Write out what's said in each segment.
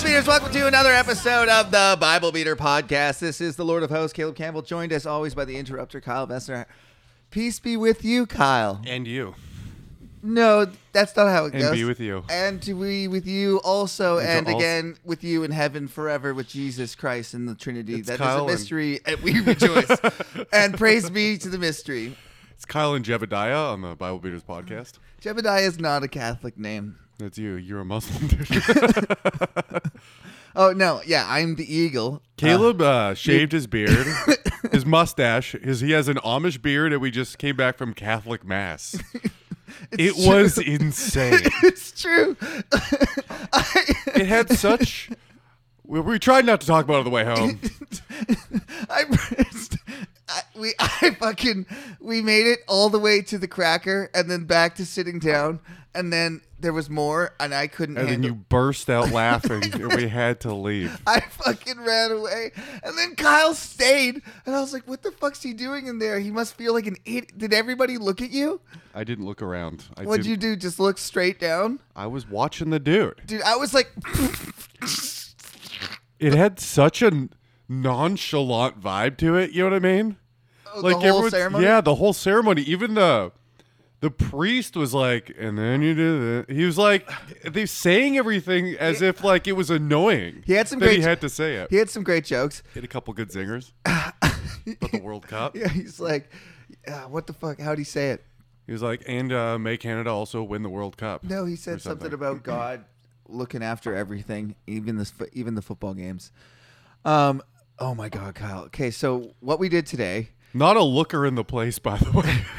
to another episode of the Bible Beater Podcast. This is the Lord of Hosts, Caleb Campbell, joined as always by the interrupter, Kyle Vessner. Peace be with you, Kyle. And you. No, that's not how it And goes. be with you. And to be with you also, And to and, also- again with you in heaven forever with Jesus Christ in the Trinity. It's That is Kyle a and- mystery, and we rejoice. and praise be to the mystery. It's Kyle and Jebediah on the Bible Beaters podcast. Jebediah is not a Catholic name. That's you. You're a Muslim, dude. Oh, no. Yeah, I'm the eagle. Caleb uh, shaved his beard, his mustache. His, he has an Amish beard, and we just came back from Catholic Mass. it It's was true. insane. It's true. I- It had such. We, we tried not to talk about it on the way home. I, pressed- I we I fucking we made it all the way to the cracker and then back to sitting down and then there was more and I couldn't And then handle. you burst out laughing, and we had to leave. I fucking ran away and then Kyle stayed and I was like, what the fuck's he doing in there? He must feel like an idiot. Did everybody look at you? I didn't look around. I What'd didn't- you do? Just look straight down, I was watching the dude. dude. I was like, It had such a nonchalant vibe to it. You know what I mean? the whole everyone's- ceremony. Yeah, the whole ceremony. Even the the priest was like, and then you do that. He was like, they saying everything as if like it was annoying. He had some that great- he had to say it. He had some great jokes. Hit a couple good zingers. but the World Cup. Yeah, he's like, yeah, what the fuck? How'd he say it? He was like, and uh, may Canada also win the World Cup. No, he or said something. something. about God looking after everything, even this, even the football games. Um. Oh my God, Kyle. Okay, so what we did today? Not a looker in the place, by the way.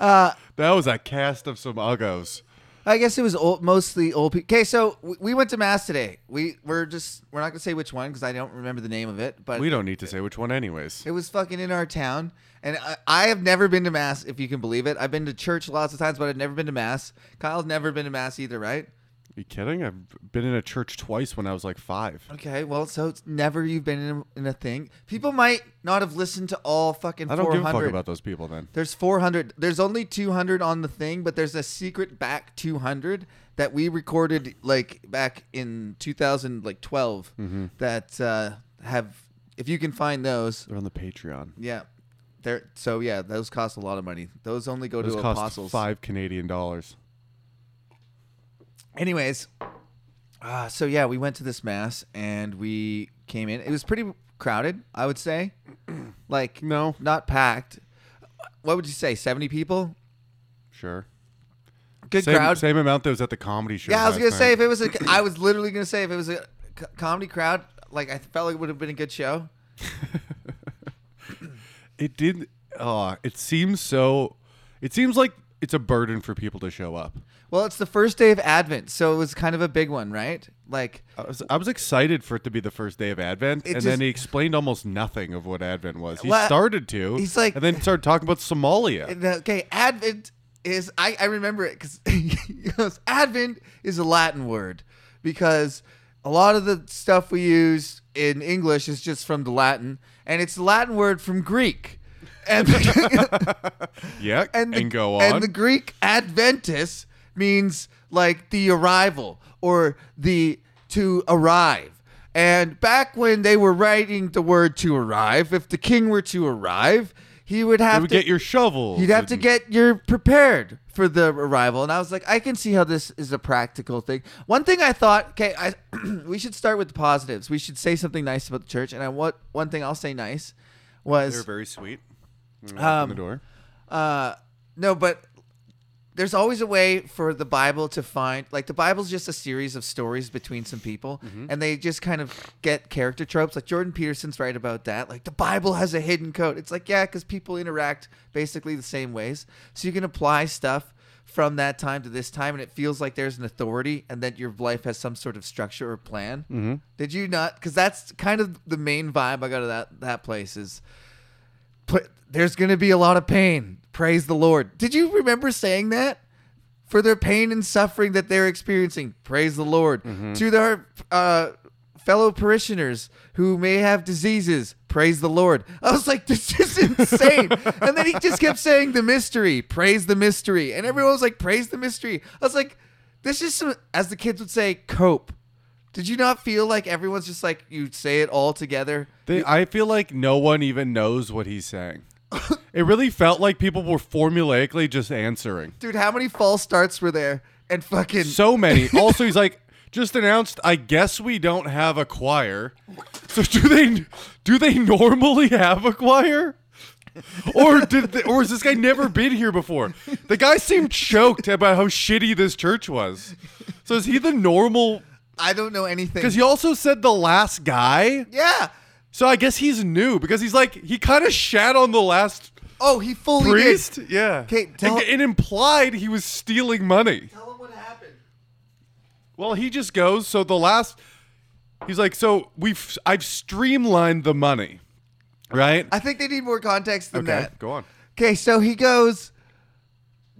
Uh, that was a cast of some uggos. I guess it was old, mostly old people. Okay, so we, we went to mass today. We we're just we're not gonna say which one because I don't remember the name of it, but We don't need to say which one, anyways. It was fucking in our town, and I, I have never been to mass, if you can believe it. I've been to church lots of times, but I've never been to mass. Kyle's never been to mass either, right? you kidding? I've been in a church twice when I was like five. Okay, well, so it's never you've been in a, in a thing. People might not have listened to all fucking I don't give a 400. fuck about those people then. there's 400. There's only 200 on the thing, but there's a secret back 200 that we recorded like back in 2012 Mm-hmm. that uh, have if you can find those, They're on the Patreon. yeah. They're, so yeah, those cost a lot of money. Those only go Those to cost apostles. five Canadian dollars. anyways uh, so yeah we went to this mass and we came in it was pretty crowded i would say like No, not packed what would you say 70 people sure. good same, crowd Same amount that was at the comedy show. yeah i was last gonna say night. if it was a i was literally gonna say if it was a co- comedy crowd like i felt like it would have been a good show it did. Uh, it seems so. It seems like it's a burden for people to show up. well it's the first day of advent so it was kind of a big one right like I was, I was excited for it to be the first day of Advent, It and then just- he explained almost nothing of what Advent was. He Well, started to. he's like- and then started talking about Somalia. And, uh, Okay, Advent is I, I remember it because Advent is a Latin word because a lot of the stuff we use in English is just from the Latin, and it's the Latin word from Greek, and yeah, and, and, the, go on. and the Greek Adventus means like the arrival or the to arrive. And back when they were writing the word to arrive, if the king were to arrive, he would have you would to get your shovel. You'd have to get you're prepared for the arrival, and I was like, I can see how this is a practical thing. One thing I thought, okay, I we should start with the positives. We should say something nice about the church, and I what one thing I'll say nice They're was very sweet. When we walked in Um, the door. uh, no, but there's always a way for the Bible to find like the Bible's just a series of stories between some people, and they just kind of get character tropes. Like Jordan Peterson's right about that. Like the Bible has a hidden code. It's like yeah, because people interact basically the same ways, so you can apply stuff from that time to this time, and it feels like there's an authority, and that your life has some sort of structure or plan. Did you not? Because that's kind of the main vibe I got of that that place is put, there's going to be a lot of pain. Praise the Lord. Did you remember saying that? For their pain and suffering that they're experiencing, praise the Lord. To their uh, fellow parishioners who may have diseases, praise the Lord. I was like, this is insane. and then he just kept saying the mystery, praise the mystery. And everyone was like, praise the mystery. I was like, this is some, as the kids would say, cope. Did you not feel like everyone's just like you say it all together? They, I feel like no one even knows what he's saying. it really felt like people were formulaically just answering. Dude, how many false starts were there? And fucking So many. Also, he's like, just announced. I guess we don't have a choir. So do they? Do they normally have a choir? or did they, or has this guy never been here before? The guy seemed choked about how shitty this church was. So is he the normal? I don't know anything. Because he also said the last guy. yeah. So I guess he's new because he's like he kind of shat on the last Oh, he fully did. priest. Yeah. Okay, tell- and, and implied he was stealing money. Tell him what happened. Well, he just goes. So the last, he's like, so we've I've streamlined the money, right? I think they need more context than okay, that. go on. Okay, so he goes.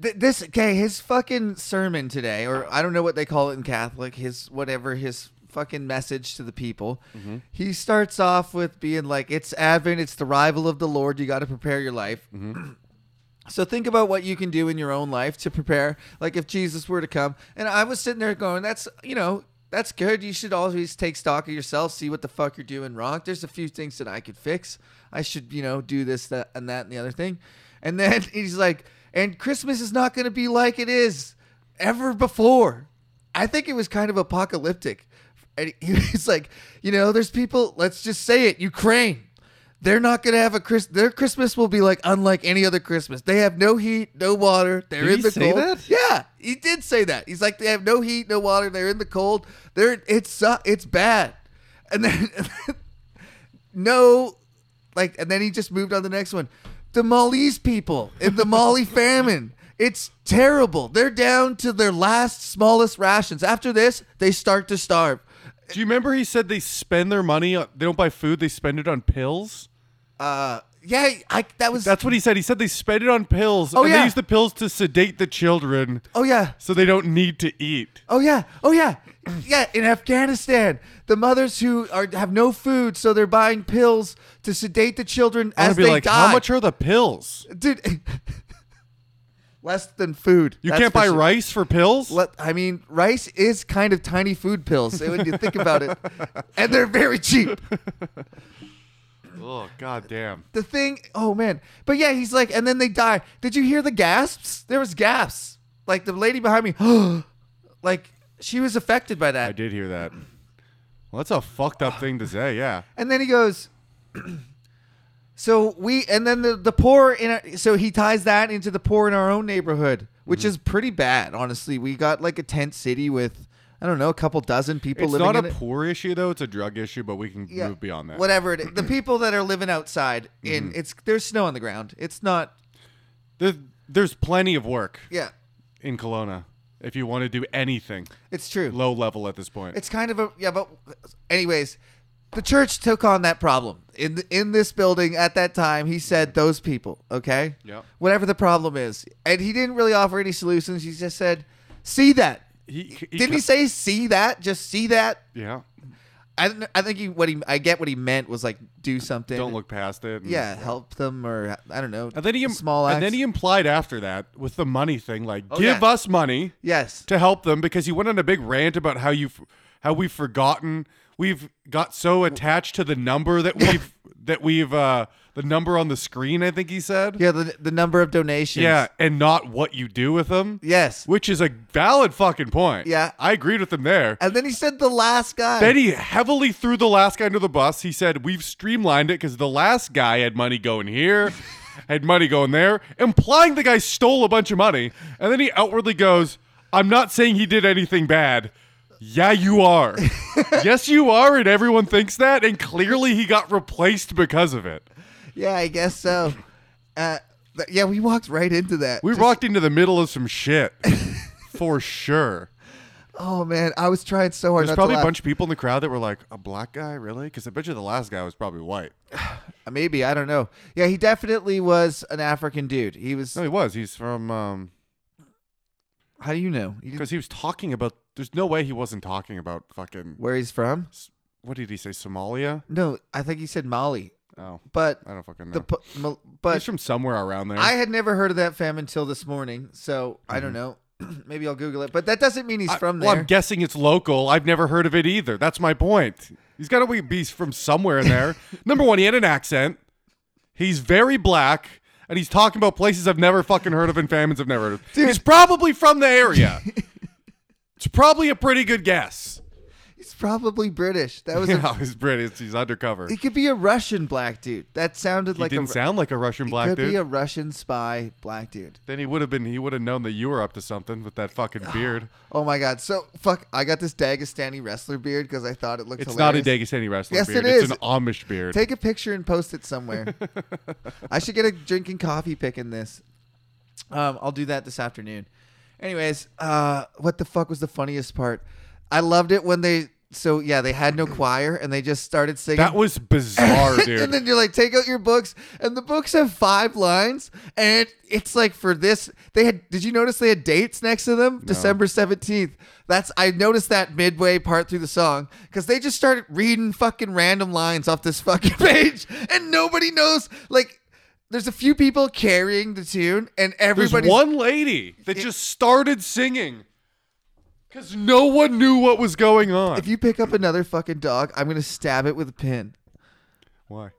th- This okay, his fucking sermon today, or I don't know what they call it in Catholic, his whatever his fucking message to the people. Mm-hmm. He starts off with being like, "It's Advent, it's the rival of the Lord. You got to prepare your life." So think about what you can do in your own life to prepare. Like if Jesus were to come, and I was sitting there going, "That's you know." That's good. You should always take stock of yourself, see what the fuck you're doing wrong. There's a few things that I could fix. I should, you know, do this, that, and that, and the other thing. And then he's like, and Christmas is not going to be like it is ever before. I think it was kind of apocalyptic. And he was like, you know, there's people, let's just say it, Ukraine. They're not going to have a Chris. Their Christmas will be like unlike any other Christmas. They have no heat, no water. They're Did in he the say cold. that? Yeah, he did say that. He's like, they have no heat, no water. They're in the cold. They're it's uh, it's bad. And then, and then no, like, and then he just moved on to the next one. The Malese people in the Mali famine. It's terrible. They're down to their last smallest rations. After this, they start to starve. Do you remember he said they spend their money? on- They don't buy food. They spend it on pills. Uh, yeah, I that was. That's what he said. He said they spend it on pills. Oh, and yeah. They use the pills to sedate the children oh yeah. so they don't need to eat. Oh yeah, oh yeah, yeah. In Afghanistan, the mothers who are have no food, so they're buying pills to sedate the children I as would be they like, die. how much are the pills? dude? less than food. You That's can't for buy sure. rice for pills. Let, I mean, rice is kind of tiny food pills so when you think about it, and they're very cheap. oh god damn. The thing, oh man, but yeah, he's like, and then they die. Did you hear the gasps? There was gasps. Like the lady behind me, like she was affected by that. I did hear that. Well, that's a fucked up thing to say. Yeah. And then he goes, so we, and then the, the poor in, our, so he ties that into the poor in our own neighborhood, which Mm-hmm. is pretty bad, honestly. We got like a tent city with, I don't know, a couple dozen people It's living not in a it. poor issue though; it's a drug issue. But we can Yeah, move beyond that. Mm-hmm. Whatever it is. The people that are living outside, in it's, there's snow on the ground. It's not, There, there's plenty of work yeah, in Kelowna if you want to do anything it's true. low level at this point. It's kind of a yeah, but anyways, the church took on that problem in th- in this building at that time. He said those people, okay, Yep. whatever the problem is, and he didn't really offer any solutions. He just said, "See that." he, Didn't he say "see that"? Just see that. Yeah. I don't. know- I think he what he I get what he meant was like do something. Don't look past it. and- Yeah, help them or I don't know. And then he im- small and acts. then he implied after that with the money thing, like Oh, give yeah. us money yes. to help them because he went on a big rant about how you have how we've forgotten we've got so attached to the number that we've that we've uh the number on the screen. I think he said. Yeah, the the number of donations. Yeah, and not what you do with them. Yes. Which is a valid fucking point. Yeah. I agreed with him there. And then he said the last guy. Then he heavily threw the last guy under the bus. He said, We've streamlined it because the last guy had money going here, had money going there, implying the guy stole a bunch of money. And then he outwardly goes, I'm not saying he did anything bad. Yeah, you are. yes, you are. And everyone thinks that. And clearly he got replaced because of it. Yeah, I guess so. Uh, th- yeah, we walked right into that. We Just- walked into the middle of some shit for sure. Oh man, I was trying so hard. There's not probably to a laugh. bunch of people in the crowd that were like, a black guy, really? Because I bet you the last guy was probably white. Maybe I don't know. Yeah, he definitely was an African dude. He was. No, he was. He's from, um, How do you know? You didn't- because he was talking about, there's no way he wasn't talking about fucking, where he's from? S- what did he say, Somalia? No, I think he said Mali, Oh, but I don't fucking know. the pu- Mal- he's but from somewhere around there. I had never heard of that famine until this morning, so I don't know. Maybe I'll Google it, but that doesn't mean he's from Mm-hmm. well, there. I'm guessing it's local. I've never heard of it either. That's my point. He's got to be from somewhere in there. Number one, he had an accent. He's very black, and he's talking about places I've never fucking heard of and famines I've never heard of. He's probably from the area. it's probably a pretty good guess. he's probably British. That was a, Yeah, he's British. He's undercover. he could be a Russian black dude. That sounded he like didn't a, Ru- sound like a Russian he black could dude. be a Russian spy black dude. then he would have been. He would have known that you were up to something with that fucking beard. Oh my god! So fuck, I got this Dagestani wrestler beard because I thought it looked. It's hilarious. not a Dagestani wrestler Yes, beard. it It's is. an Amish beard. Take a picture and post it somewhere. I should get a drinking coffee pic in this. Um, I'll do that this afternoon. Anyways, uh, what the fuck was the funniest part? I loved it when they. So yeah, they had no choir and they just started singing. that was bizarre, dude. and then you're like, take out your books, and the books have five lines, and it's like for this, they had. Did you notice they had dates next to them? December seventeenth. That's I noticed that midway part through the song because they just started reading fucking random lines off this fucking page, and nobody knows. Like, there's a few people carrying the tune, and There's everybody's one lady that just started singing because no one knew what was going on. If you pick up another fucking dog, I'm gonna stab it with a pin. Why?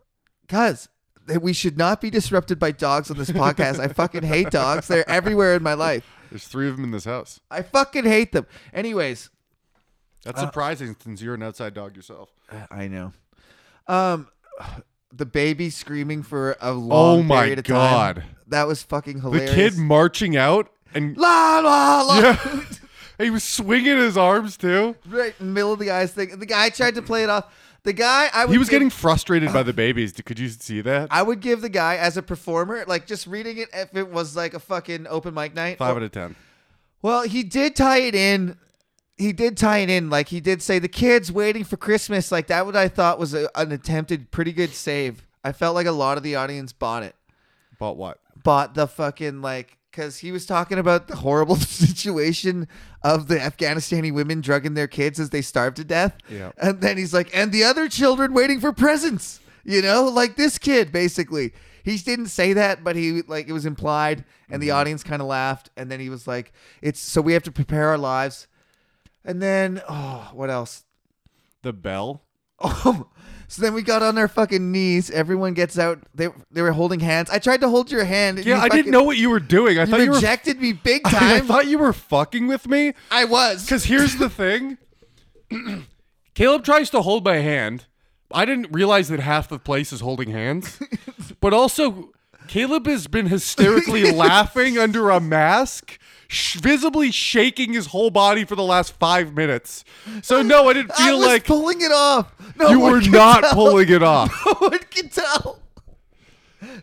Cuz that we should not be disrupted by dogs on this podcast. I fucking hate dogs. They're everywhere in my life. There's three of them in this house. I fucking hate them. Anyways, That's surprising since you're an outside dog yourself. I know. Um the baby screaming for a long Oh my period of God. time. That was fucking The hilarious. kid marching out and la la la yeah, he was swinging his arms too. right in the middle of the eyes thing. The guy tried to play it off. The guy I would He was give- getting frustrated by the babies. Could you see that? I would give the guy as a performer, like just reading it if it was like a fucking open mic night. Five out of ten. Well, he did tie it in. He did tie it in. Like he did say, the kids waiting for Christmas. Like that, what I thought was a, an attempted pretty good save. I felt like a lot of the audience bought it, But what? bought the fucking like, because he was talking about the horrible situation of the Afghanistani women drugging their kids as they starved to death. Yeah. And then he's like, and the other children waiting for presents. You know, like this kid basically. He didn't say that, but he like it was implied, and Mm-hmm. the audience kind of laughed. And then he was like, "It's so we have to prepare our lives." And then oh, what else? The bell. Oh, so then we got on our fucking knees. Everyone gets out. They they were holding hands. I tried to hold your hand. and Yeah, you I fucking- didn't know what you were doing. I thought You you were. rejected me big I time. I, thought you were fucking with me. was. Because here's the thing Caleb tries to hold my hand. I didn't realize that half the place is holding hands. But also, Caleb has been hysterically laughing under a mask, sh- visibly shaking his whole body for the last five minutes. So, no, I didn't I feel was like pulling it off. No you one were could not tell. pulling it off. No one can tell.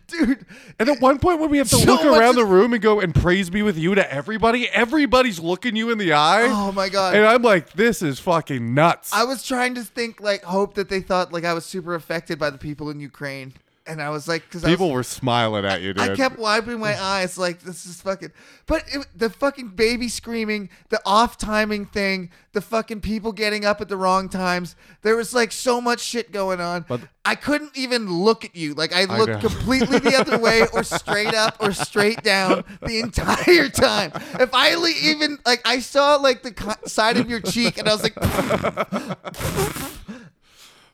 Dude, And at one point, when we have to So look much around is- the room and go and praise me with you to everybody, everybody's looking you in the eye. Oh my God. And I'm like, this is fucking nuts. I was trying to think, like, hope that they thought, like, I was super affected by the people in Ukraine. And I was like, because I, People was- were smiling at you, dude. I kept wiping my eyes, like, this is fucking. But it, the fucking baby screaming, the off timing thing, the fucking people getting up at the wrong times. There was, like, so much shit going on. But- I couldn't even look at you. Like, I know. looked completely the other way, or straight up, or straight down the entire time. If I le- even, like, I saw, like, the co- side of your cheek, and I was like,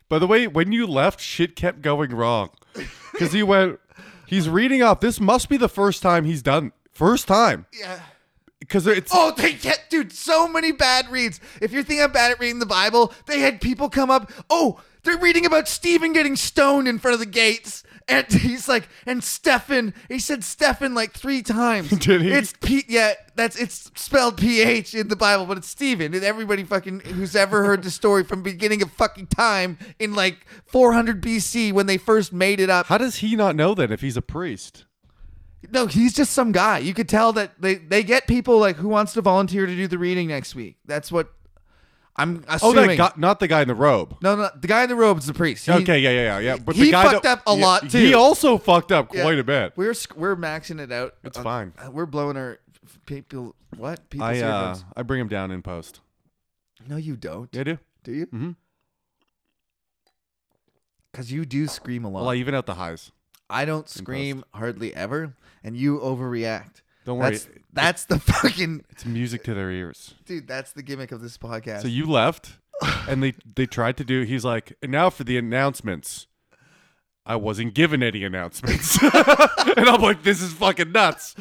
By the way, when you left, shit kept going wrong. Because he went, he's reading off. This must be the first time he's done. First time. yeah. Because it's. Oh, they get, dude, so many bad reads. If you think I'm bad at reading the Bible, they had people come up. Oh, they're reading about Stephen getting stoned in front of the gates. And he's like, and Stefan, he said Stefan like three times. Did he? It's P, yeah, that's, it's spelled PH in the Bible, but it's Stephen. And everybody fucking who's ever heard the story from beginning of fucking time in like 400 BC when they first made it up. How does he not know that if he's a priest? No, he's just some guy. You could tell that they, they get people like who wants to volunteer to do the reading next week. That's what I'm Oh, assuming. that guy, not the guy in the robe. no, no, the guy in the robe is the priest. He- okay, yeah, yeah, yeah. yeah. But he the guy fucked that- up a yeah, lot, He too. also fucked up quite a bit. We're sc- we're maxing it out. It's fine. We're blowing our f- people. What people? I uh, I bring him down in post. no, you don't. Yeah, I do. Do you? Mhm. Because you do scream a lot. Well, I even out the highs. I don't scream hardly ever, and you overreact. Don't worry. That's that's the fucking it's music to their ears. dude. That's the gimmick of this podcast. So you left, and they they tried to do. He's like, and now for the announcements. I wasn't given any announcements, and I'm like, this is fucking nuts.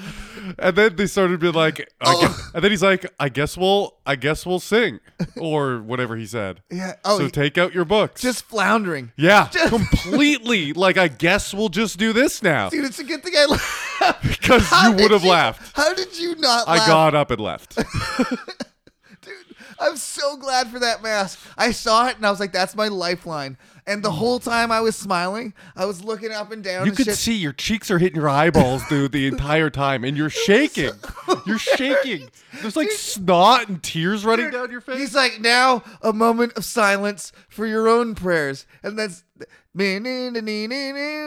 And then they started being like, I guess, and then he's like, I guess we'll, I guess we'll sing, or whatever he said. yeah. Oh, so he- take out your books. just floundering. yeah, just- completely. like I guess we'll just do this now Dude, it's a good thing I laughed. because How you did would have laughed. How did you not I laugh? got up and left. Dude, I'm so glad for that mask. I saw it and I was like, that's my lifeline. And the whole time I was smiling, I was looking up and down You and could shit. see your cheeks are hitting your eyeballs, dude, the entire time, and you're shaking. You're shaking. There's like snot and tears running down your face. He's like, now a moment of silence for your own prayers. And that's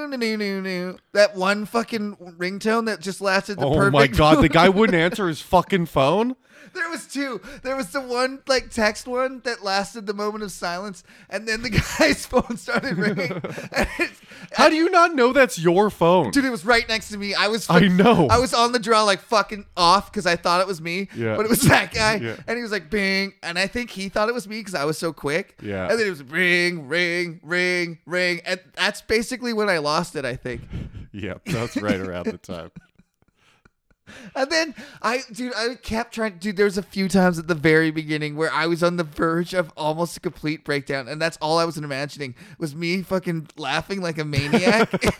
that one fucking ringtone that just lasted the Oh perfect. my god, the guy wouldn't answer his fucking phone. There was two. There was the one like text one that lasted the moment of silence, and then the guy's phone started ringing. And it's- How do you not know that's your phone? Dude, it was right next to me. I was I know. I was on the draw like fucking off because I thought it was me. Yeah. But it was that guy. Yeah. And he was like bing. And I think he thought it was me because I was so quick. Yeah. And then it was ring, ring, ring, ring. And that's basically when I lost it, I think. Yep, that's right around the time. And then I, dude, I kept trying. Dude, there was a few times at the very beginning where I was on the verge of almost a complete breakdown, and that's all I was imagining was me fucking laughing like a maniac,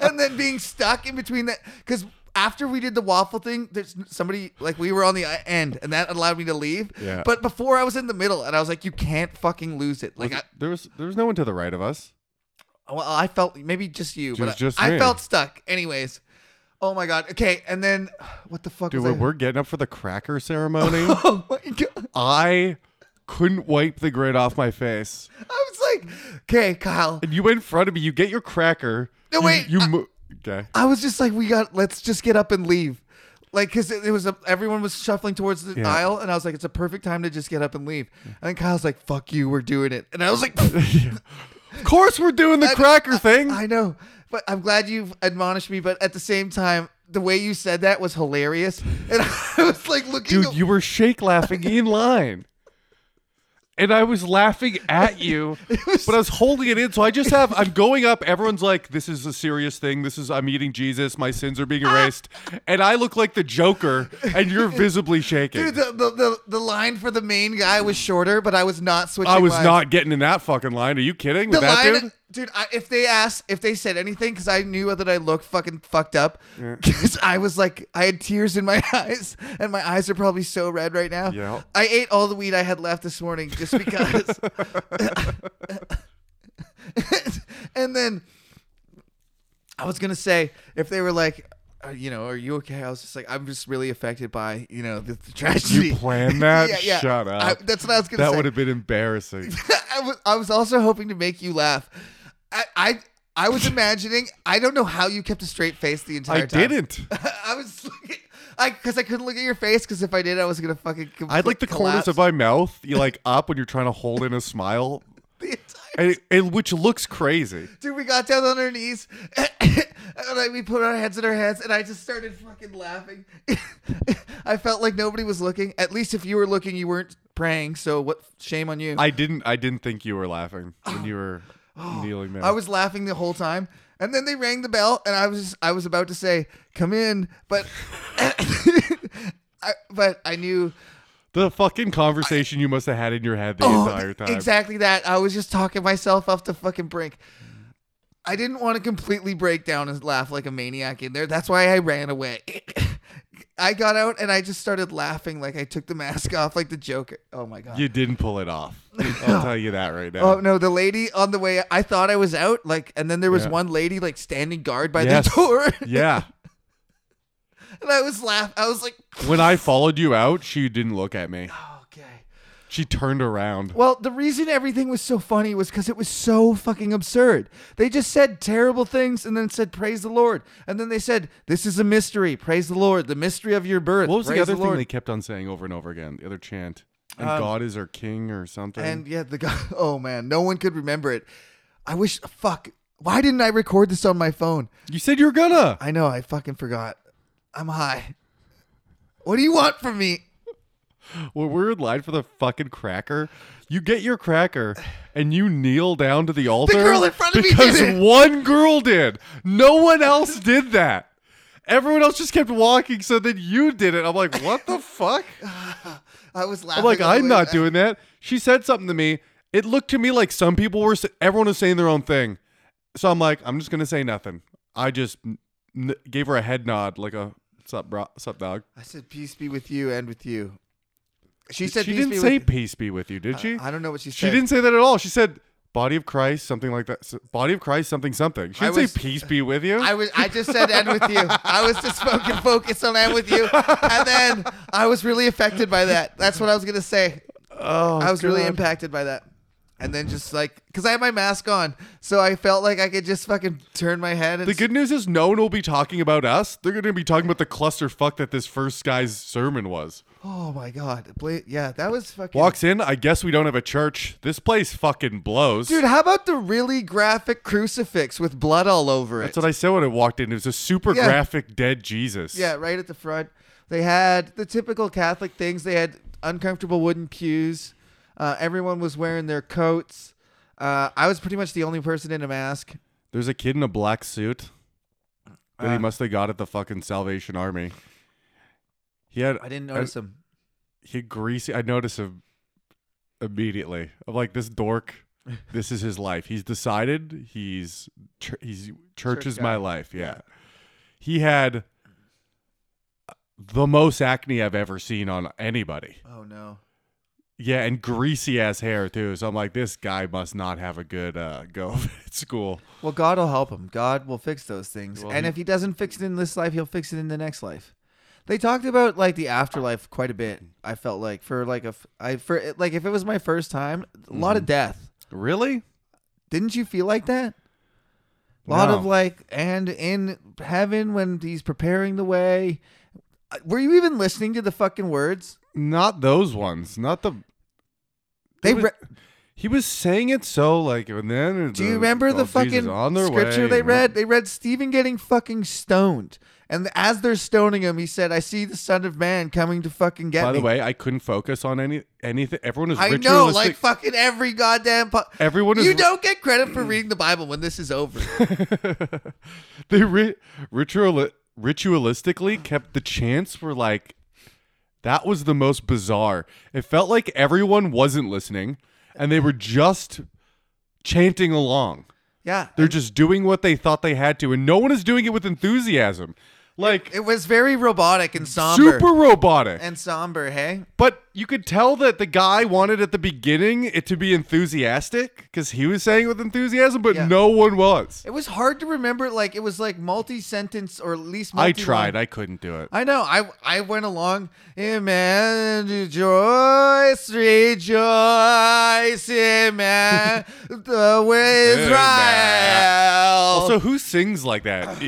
and then being stuck in between that because. After we did the waffle thing, there's somebody like we were on the uh, end, and that allowed me to leave. Yeah. But before I was in the middle, and I was like, "You can't fucking lose it." Like I, there was there was no one to the right of us. well, I felt maybe just you, was but I- just I, me. felt stuck. Anyways, oh my god. Okay, and then what the fuck? Dude, was I- when we're getting up for the cracker ceremony, Oh my god. I couldn't wipe the grit off my face. I was like, okay, Kyle. And you in front of me, you get your cracker. No, you- wait, You, I- mo- okay. I was just like, we got, let's just get up and leave. Like, cause it, it was, a, everyone was shuffling towards the Yeah. aisle and I was like, it's a perfect time to just get up and leave. And then Kyle's like, fuck you, we're doing it. And I was like, Of course, we're doing the I- cracker I- thing. I know, but I'm glad you've admonished me. But at the same time, the way you said that was hilarious. And I was like looking Dude, you were shake laughing in line. And I was laughing at you, but I was holding it in. So I just have, I'm going up. Everyone's like, this is a serious thing. This is, I'm eating Jesus. My sins are Ah. being erased. And I look like the Joker, and you're visibly shaking. Dude, the, the, the, the line for the main guy was shorter, but I was not switching I was lines. not getting in that fucking line. Are you kidding? With the that line, dude? dude. I, if they asked, if they said anything, because I knew that I looked fucking fucked up, because I was like, I had tears in my eyes, and my eyes are probably so red right now. Yeah. I ate all the weed I had left this morning just because. and then I was gonna say if they were like. "Uh, You know, are you okay? I was just like, I'm just really affected by, you know, the, the tragedy. planned that? yeah, yeah. Shut up. I, that's what I was gonna That say. would have been embarrassing. I was I was also hoping to make you laugh. I I, I was imagining. I don't know how you kept a straight face the entire I time. didn't. I was looking. I because I couldn't look at your face because if I did, I was gonna fucking. I had like the corners of my mouth, you like up when you're trying to hold in a smile, the entire. and, and which looks crazy. Dude, we got down on our knees and I, we put our heads in our hands, and I just started fucking laughing. I felt like nobody was looking. At least if you were looking, you weren't praying. So what? Shame on you. I didn't. I didn't think you were laughing when you were kneeling there. Oh, I was laughing the whole time. And then they rang the bell, and I was just, I was about to say, "Come in," but I, but I knew the fucking conversation you must have had in your head the Oh, entire time. exactly that. I was just talking myself off the fucking brink. I didn't want to completely break down and laugh like a maniac in there. That's why I ran away. I got out and I just started laughing like I took the mask off like the Joker. Oh my god. You didn't pull it off. I'll tell you that right now. Oh no, the lady on the way I thought I was out like and then there was Yeah. one lady like standing guard by Yes. the door. yeah. And I was laugh. I was like, When I followed you out, she didn't look at me. okay. She turned around. Well, the reason everything was so funny was because it was so fucking absurd. They just said terrible things and then said, praise the Lord. And then they said, this is a mystery. Praise the Lord. The mystery of your birth. What was the Praise other thing Lord." Um, they kept on saying over and over again? The other chant. And God is our king or something. And yeah, the guy, oh man, no one could remember it. I wish, fuck, why didn't I record this on my phone? you said you were gonna. I know, I fucking forgot. I'm high. What do you want from me? When we're in line for the fucking cracker, you get your cracker and you kneel down to the altar. girl in front of me did because it. one girl did. No one else did that. Everyone else just kept walking, so then you did it. I'm like, what the fuck? I was laughing. I'm like, all the I'm way not back. doing that. She said something to me. It looked to me like some people were, s- everyone was saying their own thing. So I'm like, I'm just going to say nothing. I just n- n- gave her a head nod, like a, sup, bro, sup, dog. I said, peace be with you and with you. She said, she peace didn't be say with peace be with you, did she? I don't know what she said. She didn't say that at all. She said body of Christ, something like that. S- Body of Christ, something, something. She I didn't was- say peace be with you. I was. I just said end with you. I was just focused, focused on end with you, and then I was really affected by that. That's what I was gonna say. oh, I was really God. impacted by that, and then just like because I had my mask on, so I felt like I could just fucking turn my head and The good news is no one will be talking about us. They're going to be talking about the clusterfuck that this first guy's sermon was. Oh my god! Bla- Yeah, that was fucking. Walks in. I guess we don't have a church. This place fucking blows. Dude, how about the really graphic crucifix with blood all over it? That's what I said when I walked in. It was a super Yeah. graphic dead Jesus. yeah, right at the front. They had the typical Catholic things. They had uncomfortable wooden pews. Uh, everyone was wearing their coats. Uh, I was pretty much the only person in a mask. There's a kid in a black suit that he Uh, must have got at the fucking Salvation Army. He had I didn't notice him. he greasy. I notice him immediately. I'm like this dork. This is his life. He's decided. He's chur- he's church, Church is guy. my life. Yeah. He had the most acne I've ever seen on anybody. Oh no! Yeah, and greasy ass hair too. So I'm like, this guy must not have a good uh, go of it at school. Well, God will help him. God will fix those things. Well, and he- if he doesn't fix it in this life, he'll fix it in the next life. They talked about like the afterlife quite a bit. I felt like for like a f- I for like if it was my first time, a lot Mm-hmm. of death. Really? Didn't you feel like that? A lot of No. like, and in heaven when he's preparing the way. Uh, Were you even listening to the fucking words? Not those ones. Not the. They It was- re- He was saying it so like, and then oh, do you remember the fucking scripture they read? They read Stephen getting fucking stoned, and as they're stoning him, he said, "I see the Son of Man coming to fucking get By me." the way, I couldn't focus on any anything. Everyone is I ritualistic. know, like fucking every goddamn. Po- Everyone is you don't get credit for reading the Bible when this is over. they ri- ritual ritualistically kept the chants were like that was the most bizarre. It felt like everyone wasn't listening and they were just chanting along. yeah, They're just doing what they thought they had to and no one is doing it with enthusiasm. Like it was very robotic and somber. super robotic. and somber, hey? But you could tell that the guy wanted at the beginning it to be enthusiastic because he was saying it with enthusiasm, but Yeah. no one was. It was hard to remember. Like it was like multi-sentence or at least. I Multi tried. I couldn't do it. I know. I I went along. Amen. Rejoice, rejoice, amen. the way Amen. Israel. Also, who sings like that?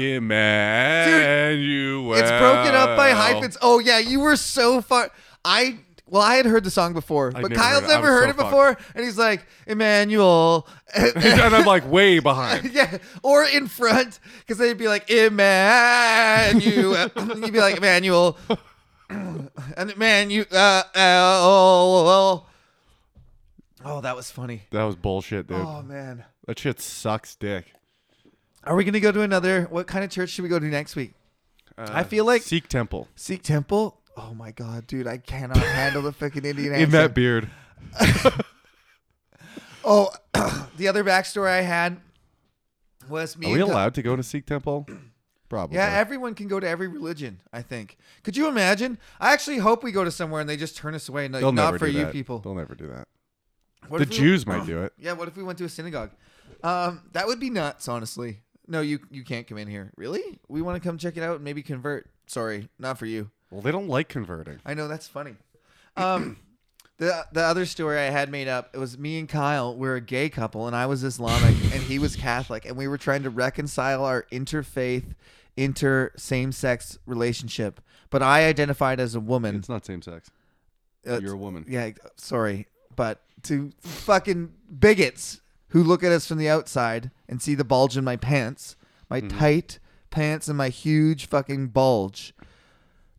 Emmanuel. it's broken up by hyphens. Oh yeah, you were so far. I. Well, I had heard the song before, but never Kyle's heard it. I never was heard so it before, and he's like, "Emmanuel." and I'm like way behind. yeah, or in front because they'd be like Emmanuel. You'd be like Emmanuel, and Emmanuel. Uh, oh, oh, that was funny. That was bullshit, dude. Oh man, That shit sucks dick. are we gonna go to another? What kind of church should we go to next week? I feel like Sikh temple. Sikh Temple. Oh my god, dude, I cannot handle the fucking Indian In accent. that beard. oh, the other backstory I had was me. Are and we Kyle- allowed to go to Sikh temple? Probably. Yeah, everyone can go to every religion. I think. Could you imagine? I actually hope we go to somewhere and they just turn us away. And like, They'll not never for do you that. people. They'll never do that. What Oh. the if we- Jews might do it. Yeah. What if we went to a synagogue? Um, that would be nuts, honestly. No, you you can't come in here. Really? We want to come check it out and maybe convert. Sorry, not for you. Well, they don't like converting. I know that's funny. Um, the the other story I had made up it was me and Kyle. We're a gay couple, and I was Islamic, and he was Catholic, and we were trying to reconcile our interfaith, inter same sex relationship. But I identified as a woman. It's not same sex. Uh, You're a woman. yeah, sorry, but to fucking bigots who look at us from the outside and Mm-hmm. see the bulge in my pants, my tight pants, and my huge fucking bulge.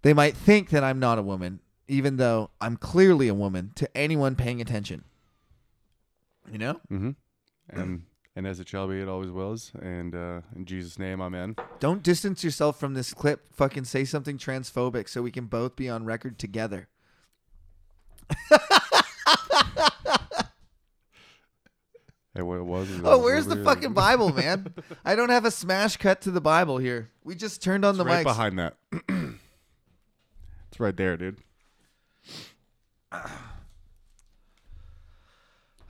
They might think that I'm not a woman, even though I'm clearly a woman to anyone paying attention. You know? Mm-hmm. And and as it shall be, it always was. And uh, in Jesus' name, Amen. Don't distance yourself from this clip. Fucking say something transphobic so we can both be on record together. And what it was. is it Oh, was where's the over here. fucking Bible, man? I don't have a smash cut to the Bible here. We just turned on It's the right mics. behind that. it's right there, dude.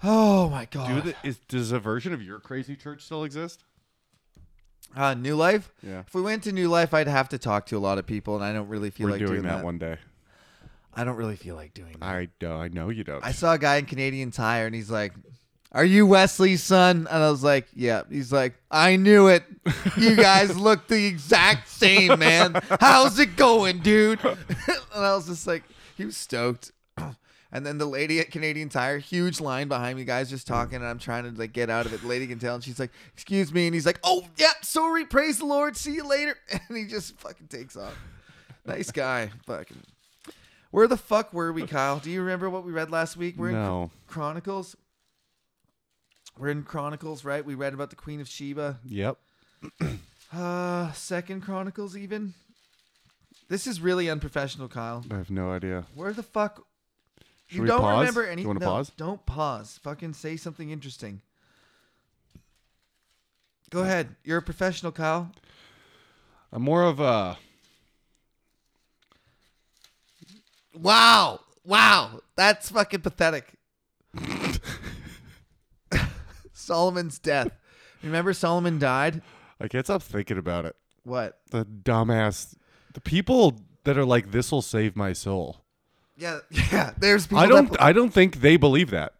Oh my god. Do the, is does a version of your crazy church still exist? Uh, New Life? Yeah. If we went to New Life, I'd have to talk to a lot of people, and I don't really feel We're like doing, that, that one day. I don't really feel like doing that. I know. I know you don't. I saw a guy in Canadian Tire, and he's like, "Are you Wesley's son?" And I was like, "Yeah." He's like, "I knew it. You guys look the exact same, man. How's it going, dude?" and I was just like, he was stoked. And then the lady at Canadian Tire, huge line behind me, guys just talking, and I'm trying to like get out of it. The lady can tell, and she's like, "Excuse me," and he's like, "Oh, yeah, sorry. Praise the Lord. See you later." And he just fucking takes off. Nice guy, fucking. Where the fuck were we, Kyle? Do you remember what we read last week? We're in No. Chr- Chronicles. We're in Chronicles, right? We read about the Queen of Sheba. Yep. Uh, Second Chronicles, even. This is really unprofessional, Kyle. I have no idea. Where the fuck? Should we pause? Do you anything. wanna pause? Don't pause. Fucking say something interesting. Go ahead. You're a professional, Kyle. I'm more of a. Wow. Wow. That's fucking pathetic. Solomon's death. Remember Solomon died? I can't stop thinking about it. What? The dumbass, the people that are like, "This will save my soul." Yeah, yeah. There's people I that- don't. I don't think they believe that.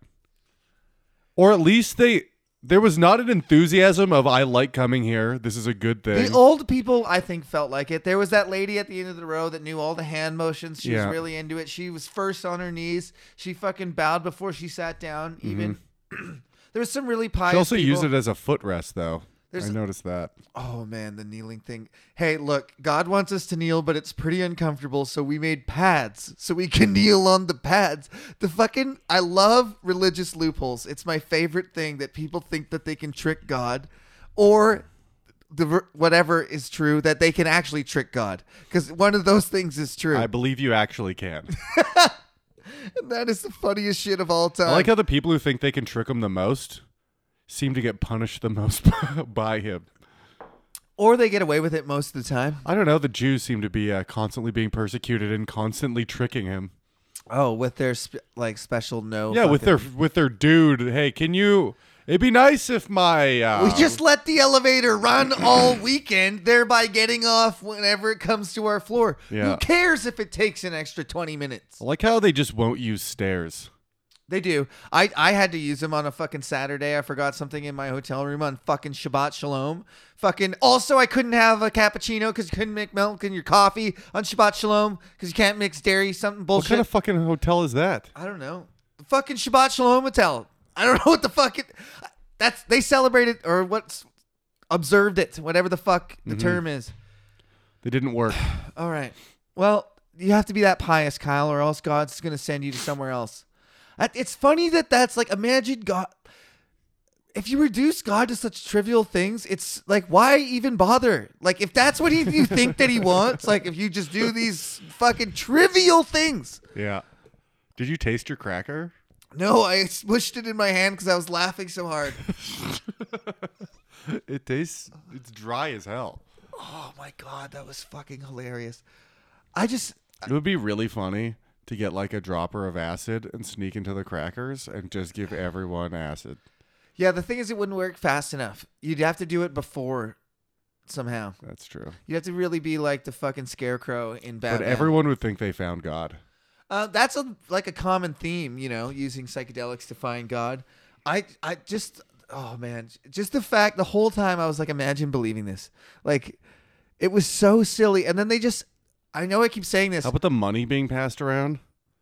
Or at least they. There was not an enthusiasm of "I like coming here. This is a good thing." the old people, I think, felt like it. There was that lady at the end of the row that knew all the hand motions. She Yeah. was really into it. She was first on her knees. She fucking bowed before she sat down. Even there was some really pious. Mm-hmm. She also people. used it as a footrest, though. There's- I noticed that. Oh man, the kneeling thing. Hey, look, God wants us to kneel, but it's pretty uncomfortable, so we made pads so we can kneel on the pads. The fucking I love religious loopholes. It's my favorite thing that people think that they can trick God or the ver- whatever is true that they can actually trick God cuz one of those things is true. I believe you actually can. And that is the funniest shit of all time. I like how the people who think they can trick him the most seem to get punished the most by him. or they get away with it most of the time. I don't know. The Jews seem to be uh, constantly being persecuted and constantly tricking him. Oh, with their sp- like special no yeah, with fucking- their with their dude. Hey, can you? It'd be nice if my. Uh, We just let the elevator run all weekend, thereby getting off whenever it comes to our floor. Yeah. Who cares if it takes an extra 20 minutes? I like how they just won't use stairs. They do. I, I had to use them on a fucking Saturday. I forgot something in my hotel room on fucking Shabbat Shalom. Fucking also, I couldn't have a cappuccino because you couldn't make milk in your coffee on Shabbat Shalom because you can't mix dairy, something What bullshit. kind of fucking hotel is that? I don't know. The fucking Shabbat Shalom Hotel. I don't know what the fuck it. That's they celebrated or what's observed it, whatever the fuck the term is. They didn't work. All right. Well, you have to be that pious, Kyle, or else God's going to send you to somewhere else. That- It's funny that that's like, imagine God. If you reduce God to such trivial things, it's like, why even bother? Like, if that's what he, you think that he wants, like, if you just do these fucking trivial things. yeah. Did you taste your cracker? No, I smushed it in my hand because I was laughing so hard. It tastes. It's dry as hell. Oh my God, that was fucking hilarious. I just, It would be really funny to get like a dropper of acid and sneak into the crackers and just give everyone acid. yeah, the thing is, it wouldn't work fast enough. You'd have to do it before somehow. That's true. You have to really be like the fucking scarecrow in Batman. But everyone would think they found God. uh, that's a like a common theme, you know, using psychedelics to find God. I I just oh man, just the fact the whole time I was like, imagine believing this. Like, it was so silly, and then they just. I know I keep saying this. How about the money being passed around?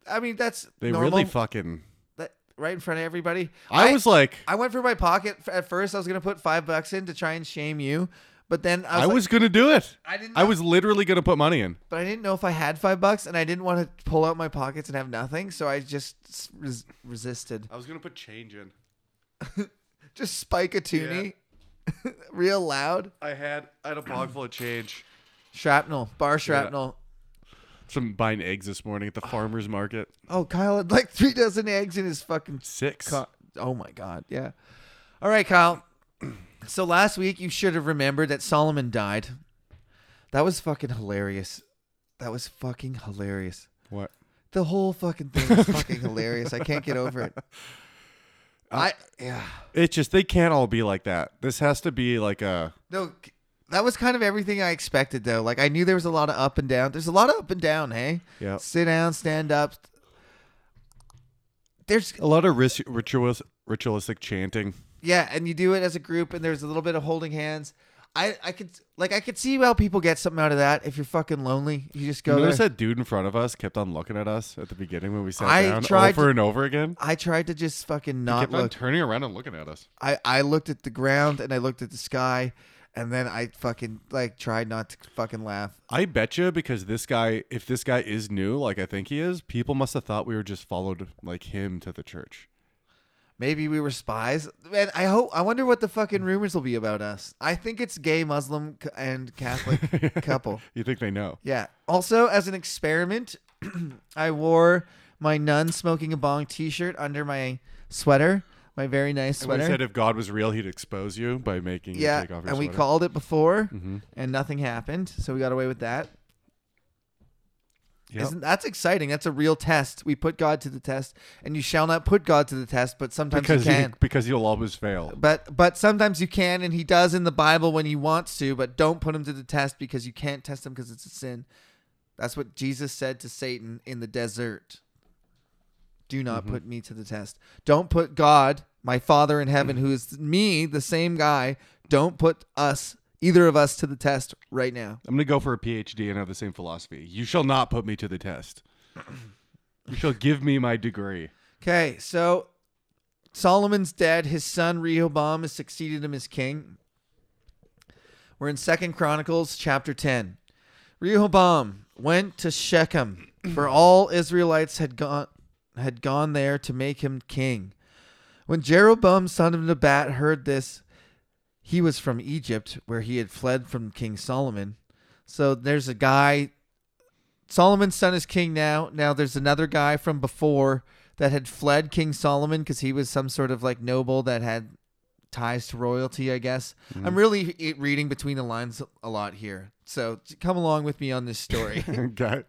I mean, that's They normal, really fucking. that- right in front of everybody. I, was like, I went for my pocket f- at first. I was gonna put five bucks in to try and shame you, But then I I was, was, like- gonna do it. I didn't I was literally gonna put money in. but I didn't know if I had five bucks, and I didn't want to pull out my pockets and have nothing, so I just s- res- resisted. I was gonna put change in. Just spike a toonie, real loud. I had I had a bog full of change. Shrapnel, bar shrapnel. Some buying eggs this morning at the farmers market. Oh, Kyle had like three dozen eggs in his fucking. Six. Co- oh my god, yeah. All right, Kyle. So last week you should have remembered that Solomon died. That was fucking hilarious. That was fucking hilarious. What? The whole fucking thing is fucking hilarious. I can't get over it. I yeah. It's just they can't all be like that. This has to be like a No, c- that was kind of everything I expected though. Like I knew there was a lot of up and down. There's a lot of up and down, hey? yeah. Sit down, stand up. There's A lot of ris- ritualis- ritualistic chanting. yeah, and you do it as a group and there's a little bit of holding hands. I, I could like I could see how people get something out of that if you're fucking lonely. You just go You notice there. that dude in front of us kept on looking at us at the beginning when we sat I down tried over to- Uh-huh. and over again. I tried to just fucking He not kept on look. turning around and looking at us. I, I looked at the ground and I looked at the sky and then I fucking like tried not to fucking laugh. I bet you because this guy, if this guy is new, like I think he is, people must have thought we were just followed like him to the church. Maybe we were spies. Man, I hope. I wonder what the fucking rumors will be about us. I think it's gay Muslim c- and Catholic couple. You think they know? Yeah. Also, as an experiment, I wore my nun smoking a bong T-shirt under my sweater, my very nice And we sweater. said if God was real, he'd expose you by making yeah, you take off your and we sweater. Mm-hmm. called it before, and nothing happened, so we got away with that. Yep. not that's exciting? That's a real test. We put God to the test, and you shall not put God to the test, but sometimes because you you- can. because you'll always fail. But but sometimes you can, and he does in the Bible when he wants to. But don't put him to the test because you can't test him because it's a sin. That's what Jesus said to Satan in the desert. Do not put me to the test. Don't put God, my Father in heaven, who is me, the same guy. Don't put us, either of us, to the test right now. I'm gonna go for a PhD and have the same philosophy. You shall not put me to the test. You shall give me my degree. Okay, so Solomon's dead. His son Rehoboam has succeeded him as king. We're in Second Chronicles chapter ten. Rehoboam went to Shechem, for all Israelites had gone had gone there to make him king. When Jeroboam son of Nebat heard this, he was from Egypt, where he had fled from King Solomon. So there's a guy Solomon's son is king now. Now there's another guy from before that had fled King Solomon because he was some sort of like noble that had ties to royalty, I guess. I'm really i- reading between the lines a lot here. So come along with me on this story. okay.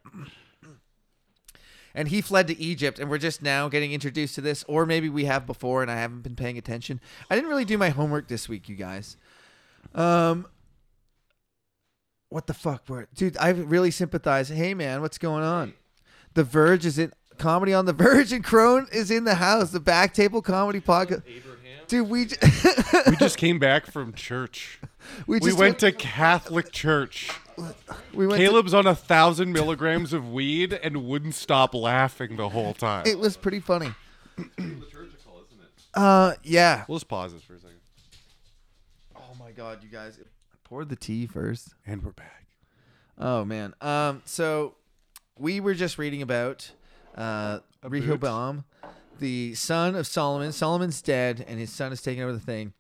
and he fled to Egypt, and we're just now getting introduced to this, or maybe we have before and I haven't been paying attention. I didn't really do my homework this week, you guys. Um, what the fuck, were dude? I really sympathize. Hey, man, what's going on? The Verge is in comedy on the Verge, and Crone is in the house. The Back Table Comedy Podcast. Dude, we j- We just came back from church. we We just went to Catholic church. we went to- Caleb's on a thousand milligrams of weed and wouldn't stop laughing the whole time. it was pretty funny. Uh, yeah. We'll just pause this for a second. Oh my god, you guys! I poured the tea first. And we're back. Oh man. Um. So we were just reading about uh, Rehoboam, the son of Solomon. Solomon's dead, and his son is taking over the thing.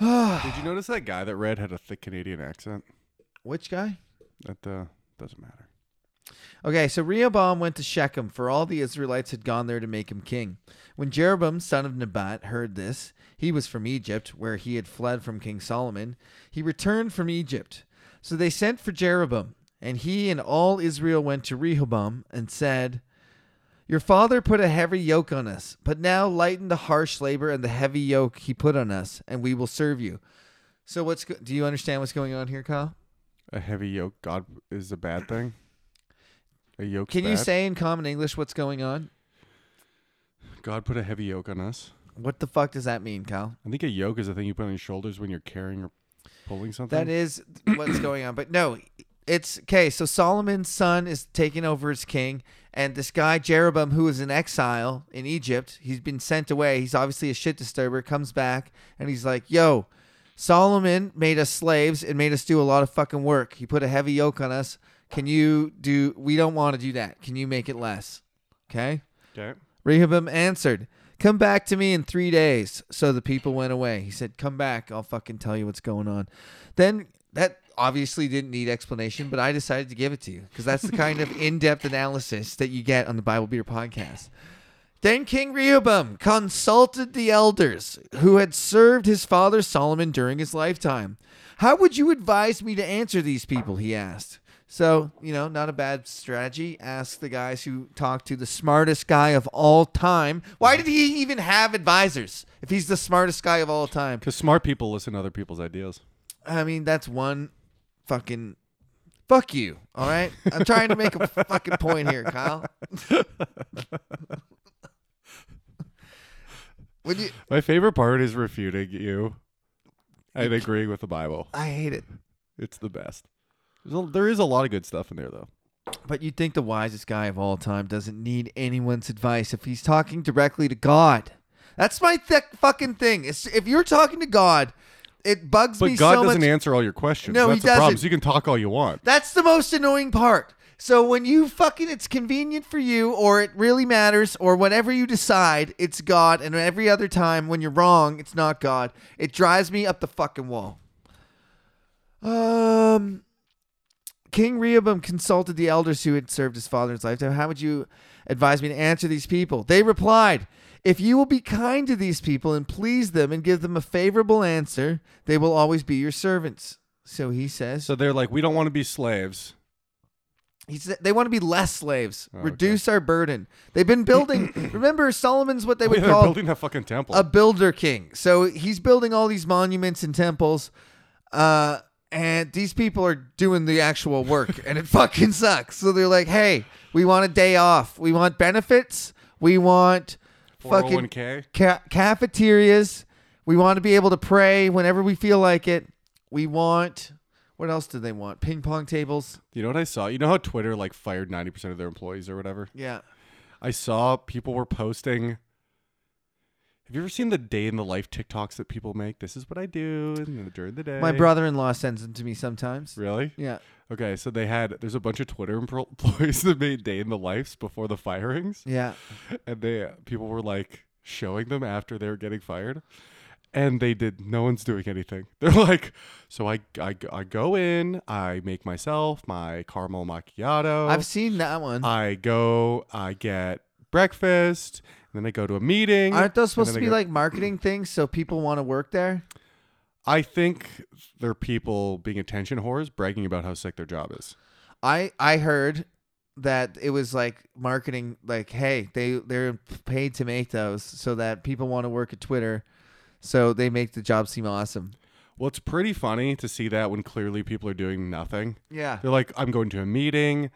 Did you notice that guy that read had a thick Canadian accent? Which guy? That uh, doesn't matter. Okay, so Rehoboam went to Shechem, for all the Israelites had gone there to make him king. When Jeroboam, son of Nebat, heard this, he was from Egypt, where he had fled from King Solomon. He returned from Egypt. So they sent for Jeroboam, and he and all Israel went to Rehoboam and said, Your father put a heavy yoke on us, but now lighten the harsh labor and the heavy yoke he put on us, and we will serve you. So what's go- do you understand what's going on here, Kyle? A heavy yoke, God is a bad thing. A yoke. Can you bad? say in common English what's going on? God put a heavy yoke on us? What the fuck does that mean, Kyle? I think a yoke is a thing you put on your shoulders when you're carrying or pulling something. That is what's going on. But no, it's okay. So Solomon's son is taking over as king, and this guy Jeroboam, who is in exile in Egypt, he's been sent away. He's obviously a shit disturber. Comes back, and he's like, "Yo, Solomon made us slaves and made us do a lot of fucking work. He put a heavy yoke on us. Can you do? We don't want to do that. Can you make it less? Okay. Okay. Rehoboam answered, Come back to me in three days. So the people went away. He said, Come back. I'll fucking tell you what's going on. Then that obviously didn't need explanation, but I decided to give it to you because that's the kind of in depth analysis that you get on the Bible Beer podcast. Then King Rehoboam consulted the elders who had served his father Solomon during his lifetime. How would you advise me to answer these people? He asked. So, you know, not a bad strategy. Ask the guys who talked to the smartest guy of all time. Why did he even have advisors if he's the smartest guy of all time? Because smart people listen to other people's ideas. I mean, that's one fucking. Fuck you, all right? I'm trying to make a fucking point here, Kyle. Would you. My favorite part is refuting you and agreeing with the Bible. I hate it. It's the best. There's a- There is a lot of good stuff in there, though. But you'd think the wisest guy of all time doesn't need anyone's advice if he's talking directly to God. That's my th- fucking thing. It's, if you're talking to God, it bugs But me God so doesn't much. answer all your questions. No, he That's the problem. doesn't. So you can talk all you want. That's the most annoying part. So when you fucking it's convenient for you or it really matters or whatever you decide, it's God and every other time when you're wrong, it's not God. It drives me up the fucking wall. Um King Rehoboam consulted the elders who had served his father in his lifetime. How would you advise me to answer these people? They replied, If you will be kind to these people and please them and give them a favorable answer, they will always be your servants. So he says, So they're like, we don't want to be slaves. he said they want to be less slaves, Oh, okay. reduce our burden. They've been building. remember, Solomon's what they Wait, would Oh, they're call building that fucking temple. a builder king. So he's building all these monuments and temples, uh, and these people are doing the actual work, and it fucking sucks. So they're like, "Hey, we want a day off. We want benefits. We want fucking 401k. ca- cafeterias. We want to be able to pray whenever we feel like it. We want." What else did they want? Ping pong tables. You know what I saw? You know how Twitter like fired 90% of their employees or whatever? Yeah. I saw people were posting. Have you ever seen the day in the life TikToks that people make? This is what I do and during the day. My brother-in-law sends them to me sometimes. Really? Yeah. Okay, so they had there's a bunch of Twitter empl- employees that made day in the lives before the firings, Yeah. and they people were like showing them after they were getting fired, and they did no one's doing anything. They're like, so I I, I go in, I make myself my caramel macchiato. I've seen that one. I go, I get breakfast, and then I go to a meeting. Aren't and those supposed to then I be go- like marketing things so people want to work there? I think they're people being attention whores, bragging about how sick their job is. I I heard that it was like marketing like hey, they they're paid to make those so that people want to work at Twitter so they make the job seem awesome. Well, it's pretty funny to see that when clearly people are doing nothing. Yeah. They're like, I'm going to a meeting,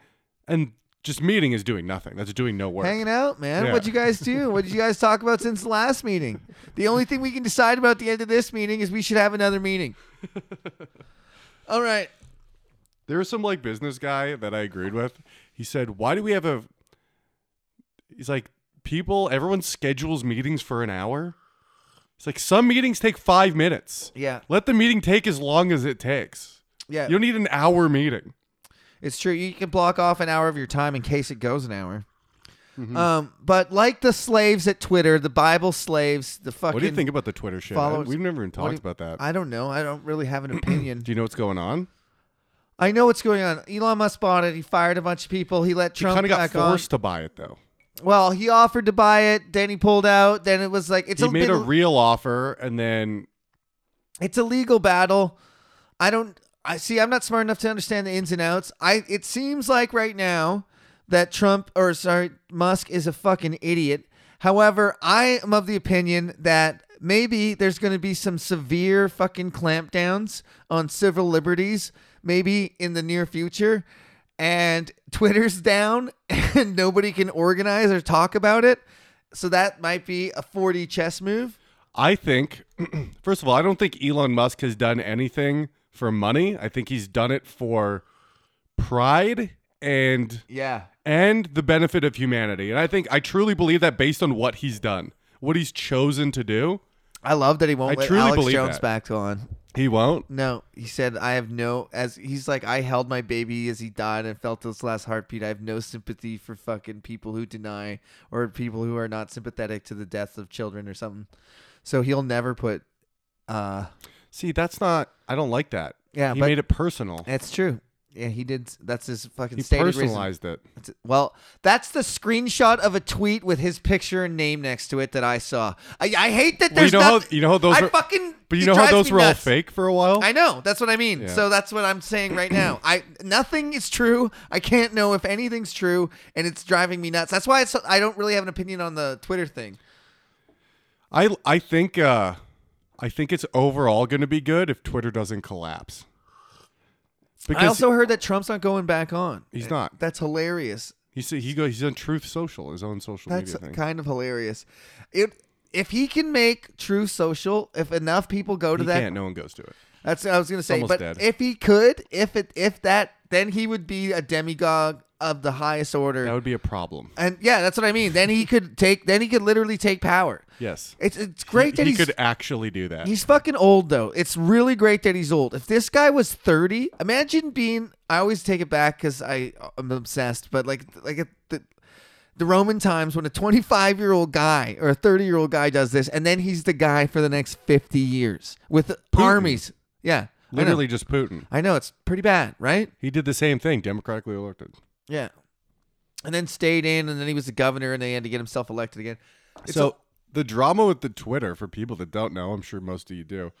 and just meeting is doing nothing. That's doing no work. Hanging out, man. Yeah. What'd you guys do? What did you guys talk about since the last meeting? The only thing we can decide about at the end of this meeting is we should have another meeting. All right. There was some like business guy that I agreed with. He said, "Why do we have a?" He's like, "People, everyone schedules meetings for an hour." It's like some meetings take five minutes. Yeah. Let the meeting take as long as it takes. Yeah. You don't need an hour meeting. It's true. You can block off an hour of your time in case it goes an hour. Mm-hmm. Um, but like the slaves at Twitter, the Bible slaves, the fucking. What do you think about the Twitter shit? followers- We've never even what do talked you- about that. I don't know. I don't really have an opinion. do you know what's going on? I know what's going on. Elon Musk bought it. He fired a bunch of people. He let He Trump kind of got back on. forced to buy it though. Well, he offered to buy it. Then he pulled out. Then it was like it's He a made big, a real offer, and then it's a legal battle. I don't. I see. I'm not smart enough to understand the ins and outs. I. It seems like right now that Trump or sorry Musk is a fucking idiot. However, I am of the opinion that maybe there's going to be some severe fucking clampdowns on civil liberties, maybe in the near future, and Twitter's down and nobody can organize or talk about it. So that might be a 40 chess move. I think, first of all, I don't think Elon Musk has done anything for money. I think he's done it for pride and Yeah. and the benefit of humanity. And I think I truly believe that based on what he's done, what he's chosen to do. I love that he won't I let truly Alex believe Jones that. back on. He won't. No, he said, I have no, as he's like, I held my baby as he died and felt his last heartbeat. I have no sympathy for fucking people who deny or people who are not sympathetic to the deaths of children or something. So he'll never put, uh, See, that's not. I don't like that. Yeah, he but- made it personal. that's true. Yeah, he did. That's his fucking He stated reason. personalized it. That's- Well, that's the screenshot of a tweet with his picture and name next to it that I saw. I, I hate that Well, you there's know how noth- you know how those I were, fucking. but he you know how drives those me were all nuts. fake for a while. I know. That's what I mean. Oh. Yeah. So that's what I'm saying right now. I nothing is true. I can't know if anything's true, and it's driving me nuts. That's why it's, I don't really have an opinion on the Twitter thing. I I think uh, I think it's overall going to be good if Twitter doesn't collapse. Because I also heard that Trump's not going back on. He's not. That's hilarious. he said he goes he's on Truth Social, his own social That's media thing. kind of hilarious. It if he can make True Social, if enough people go to he that can't. No one goes to it. That's what I was gonna say. almost But dead. if he could, if it, if that, then he would be a demigod of the highest order. That would be a problem. and yeah, that's what I mean. Then he could take. Then he could literally take power. Yes, It's it's great that he he's could actually do that. he's fucking old though. It's really great that he's old. If this guy was thirty, imagine being. I always take it back because I I'm obsessed. But like like at the the Roman times when a 25 year old guy or a 30 year old guy does this, and then he's the guy for the next 50 years with armies. Yeah, I know. Literally just Putin. I know it's pretty bad, right? He did the same thing, democratically elected. Yeah. And then stayed in, and then he was the governor, and they had to get himself elected again. It's so the drama with the Twitter, for people that don't know, I'm sure most of you do,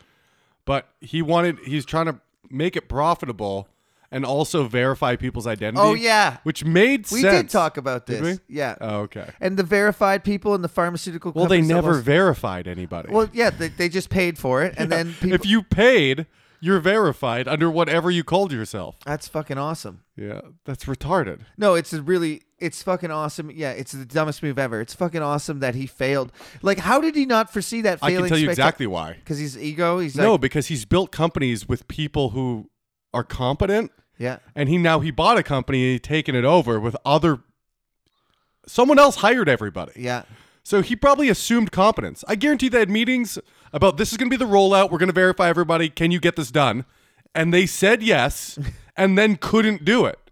but he wanted he's trying to make it profitable and also verify people's identity. Oh, yeah. which made we sense. did talk about this, Did we? yeah. Oh, okay. and the verified people in the pharmaceutical. Well, they companies that never lost- verified anybody. well, yeah, they, they just paid for it, and then people. if you paid, you're verified under whatever you called yourself. that's fucking awesome. Yeah, that's retarded. No, it's a really, it's fucking awesome. Yeah, it's the dumbest move ever. It's fucking awesome that he failed. Like, how did he not foresee that I failing? can tell you exactly why. because he's ego. He's no, like, because he's built companies with people who are competent yeah, and he now he bought a company and he taken it over with other someone else hired everybody yeah. so he probably assumed competence i guarantee they had meetings about this is going to be the rollout we're going to verify everybody can you get this done and they said yes and then couldn't do it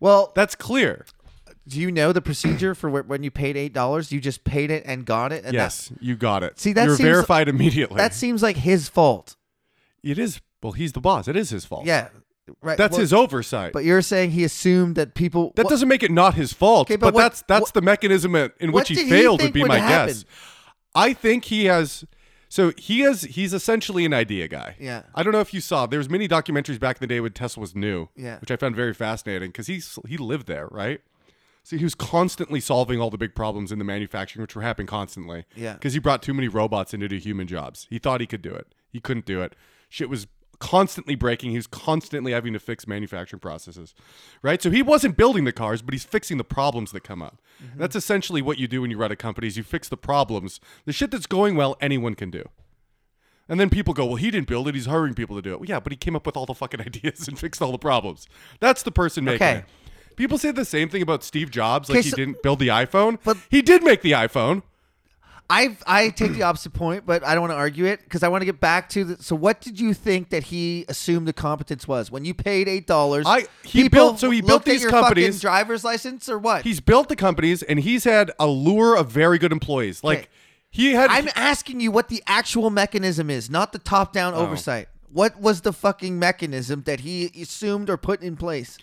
Well, that's clear do you know the procedure for wh- when you paid eight dollars? You just paid it and got it, and that, yes you got it See, that you're seems- verified immediately that seems like his fault. it is well he's the boss it is his fault Yeah, right. that's well, his oversight But you're saying he assumed that people. That Wha- doesn't make it not his fault, Okay, but but, what- that's that's what- the mechanism in, in what which he did he failed think would be would my happen? guess. I think he has so he has he's essentially an idea guy. Yeah. I don't know if you saw there was many documentaries back in the day when Tesla was new, Yeah. which I found very fascinating cuz he s- he lived there, right? So he was constantly solving all the big problems in the manufacturing which were happening constantly. Yeah. Cuz he brought too many robots in to do human jobs. He thought he could do it. He couldn't do it. Shit was constantly breaking. He was constantly having to fix manufacturing processes, right? So he wasn't building the cars, but he's fixing the problems that come up. Mm-hmm. That's essentially what you do when you run a company: is you fix the problems. The shit that's going well, anyone can do. And then people go, "Well, he didn't build it. He's hiring people to do it." Well, yeah, but he came up with all the fucking ideas and fixed all the problems. That's the person making Okay. it. People say the same thing about Steve Jobs, Okay, like he so- didn't build the iPhone. But- he did make the iPhone. I I take the opposite point, but I don't want to argue it because I want to get back to the. So, what did you think that he assumed the competence was when you paid eight dollars? I- he built- so he built these your fucking companies. driver's license or what? He's built the companies and he's had a lure of very good employees. Like Okay. he had I'm asking you what the actual mechanism is, not the Oh. top-down oversight. What was the fucking mechanism that he assumed or put in place?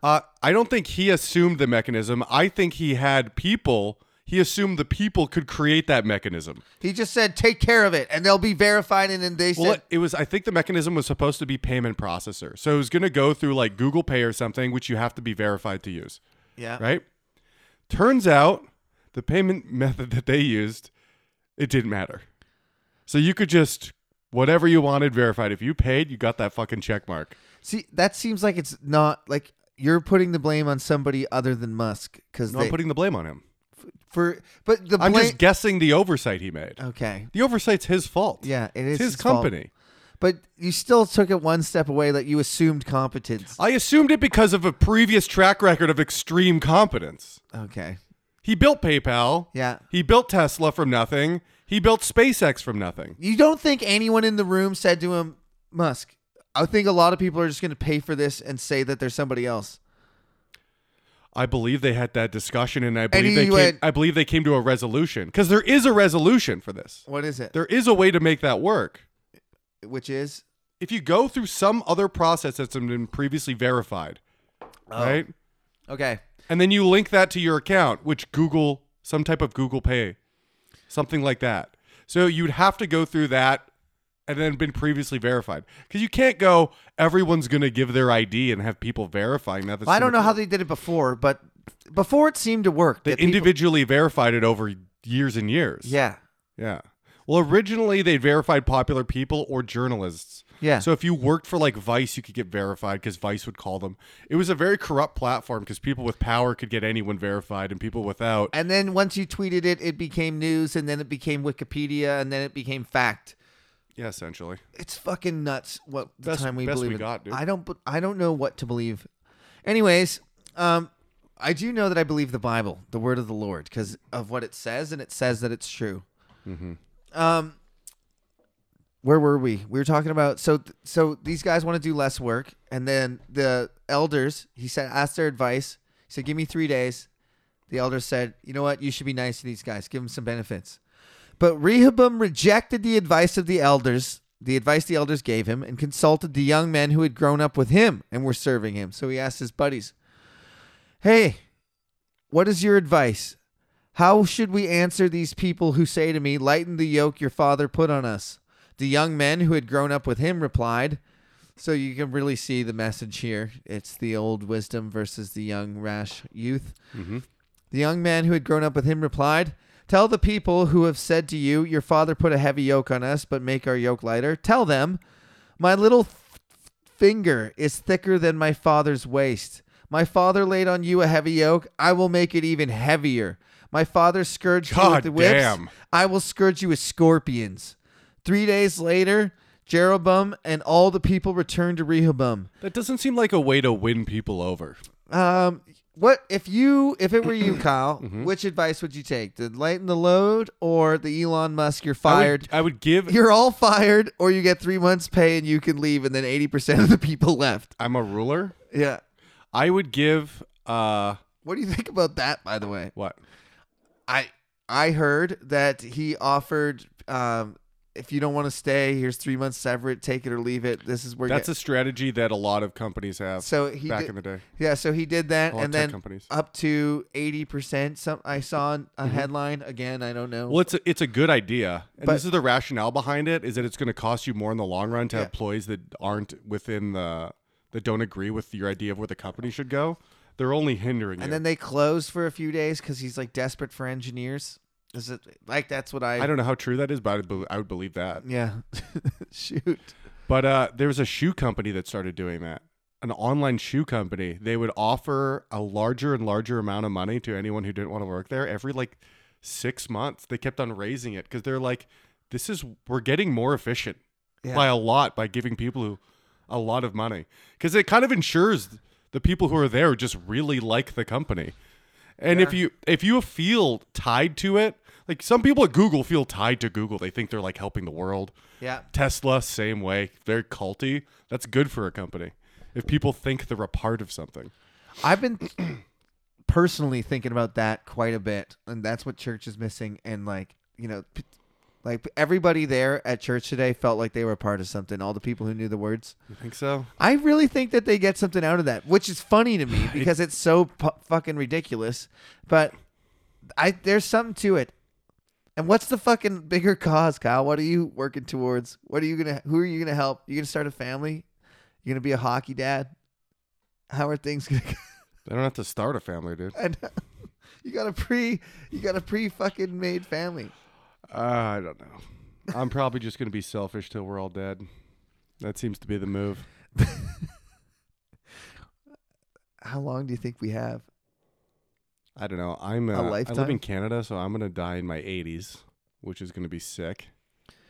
Uh, I don't think he assumed the mechanism. I think he had people. He assumed the people could create that mechanism. He just said, "Take care of it," and they'll be verified. And then they Well, said, it, it was. I think the mechanism was supposed to be payment processor. So it was going to go through like Google Pay or something, which you have to be verified to use, "Yeah, right? Turns out the payment method that they used, it didn't matter. So you could just whatever you wanted verified. If you paid, you got that fucking check mark. see, that seems like it's not like you're putting the blame on somebody other than Musk because No, I'm putting the blame on him. for but the I'm blame. just guessing the oversight he made. okay, The oversight's his fault. Yeah, it is it's his, his fault. company. but you still took it one step away that you assumed competence. I assumed it because of a previous track record of extreme competence. Okay, He built PayPal. Yeah. He built Tesla from nothing. He built SpaceX from nothing. you don't think anyone in the room said to him, Musk. I think a lot of people are just going to pay for this and say that there's somebody else. I believe they had that discussion, and I believe he they came, went- I believe they came to a resolution because there is a resolution for this. What is it? There is a way to make that work. Which is If you go through some other process that's been previously verified, Oh. right, okay. and then you link that to your account, which Google, some type of Google Pay, something like that. So you'd have to go through that, and then been previously verified because you can't go. Everyone's going to give their ID and have people verifying that. That's I too don't much know how work. they did it before, but before it seemed to work. they that people- individually verified it over years and years. yeah, Yeah. Well, originally they verified popular people or journalists. Yeah. So if you worked for like Vice, you could get verified because Vice would call them. It was a very corrupt platform because people with power could get anyone verified and people without. and then once you tweeted it, it became news, and then it became Wikipedia, and then it became fact. yeah, essentially. It's fucking nuts what the Best- time we best believe we in. got, dude. I don't. b- I don't know what to believe. Anyways, um, I do know that I believe the Bible, the Word of the Lord, because of what it says, and it says that it's true. Mm-hmm. Um, where were we? We were talking about so th- so these guys want to do less work, and then the elders. He said, ask their advice. He said, give me three days. The elders said, you know what? You should be nice to these guys. Give them some benefits. But Rehoboam rejected the advice of the elders, the advice the elders gave him, and consulted the young men who had grown up with him and were serving him. So he asked his buddies, Hey, what is your advice? How should we answer these people who say to me, Lighten the yoke your father put on us? The young men who had grown up with him replied, So you can really see the message here. It's the old wisdom versus the young, rash youth. The young man who had grown up with him replied, Tell the people who have said to you, Your father put a heavy yoke on us, but make our yoke lighter. Tell them, My little th- finger is thicker than my father's waist. My father laid on you a heavy yoke. I will make it even heavier. My father scourged you God with the whips. damn. I will scourge you with scorpions. Three days later, Jeroboam and all the people returned to Rehoboam. That doesn't seem like a way to win people over. Um, what if you, if it were you, Kyle? Mm-hmm. Which advice would you take? The lighten the load or the Elon Musk? You're I would- fired. I would give. You're all fired, or you get three months' pay and you can leave, and then eighty percent of the people left. I'm a ruler. Yeah. I would give. Uh, What do you think about that? By the way, what? I I heard that he offered. Um, if you don't want to stay, here's three months severance. Take it or leave it. This is where That's you a strategy that a lot of companies have so he back did- in the day. Yeah, so he did that, A lot of and tech then companies. Mm-hmm. up to eighty percent. Some I saw a headline again. I don't know. Well, it's a, it's a good idea, and But- this is the rationale behind it: is that it's going to cost you more in the long run to have Yeah. employees that aren't within the that don't agree with your idea of where the company should go. They're only hindering And you. then they closed for a few days because he's like desperate for engineers. Is it like that's what I? I don't know how true that is, but I, be- I would believe that. yeah, shoot. But uh, there was a shoe company that started doing that. An online shoe company. They would offer a larger and larger amount of money to anyone who didn't want to work there. Every like six months, they kept on raising it because they're like, "This is we're getting more efficient Yeah. by a lot by giving people who, a lot of money because it kind of ensures the people who are there just really like the company." And if you if you feel tied to it, like some people at Google feel tied to Google, they think they're like helping the world. Yeah, Tesla, same way, very culty. That's good for a company. If people think they're a part of something, I've been personally thinking about that quite a bit, and that's what church is missing. And like you know, p- like everybody there at church today felt like they were a part of something. All the people who knew the words. you think so? I really think that they get something out of that, which is funny to me because it's so pu- fucking ridiculous. But I there's something to it. And what's the fucking bigger cause, Kyle? What are you working towards? What are you gonna? Who are you gonna help? You gonna start a family? You gonna be a hockey dad? How are things gonna? Go? They don't have to start a family, dude. I know. You got a pre, you got a pre fucking made family. Uh, I don't know. I'm probably just gonna be selfish till we're all dead. That seems to be the move. How long do you think we have? I don't know. I'm uh, I lifetime? live in Canada, so I'm gonna die in my 80s, which is gonna be sick.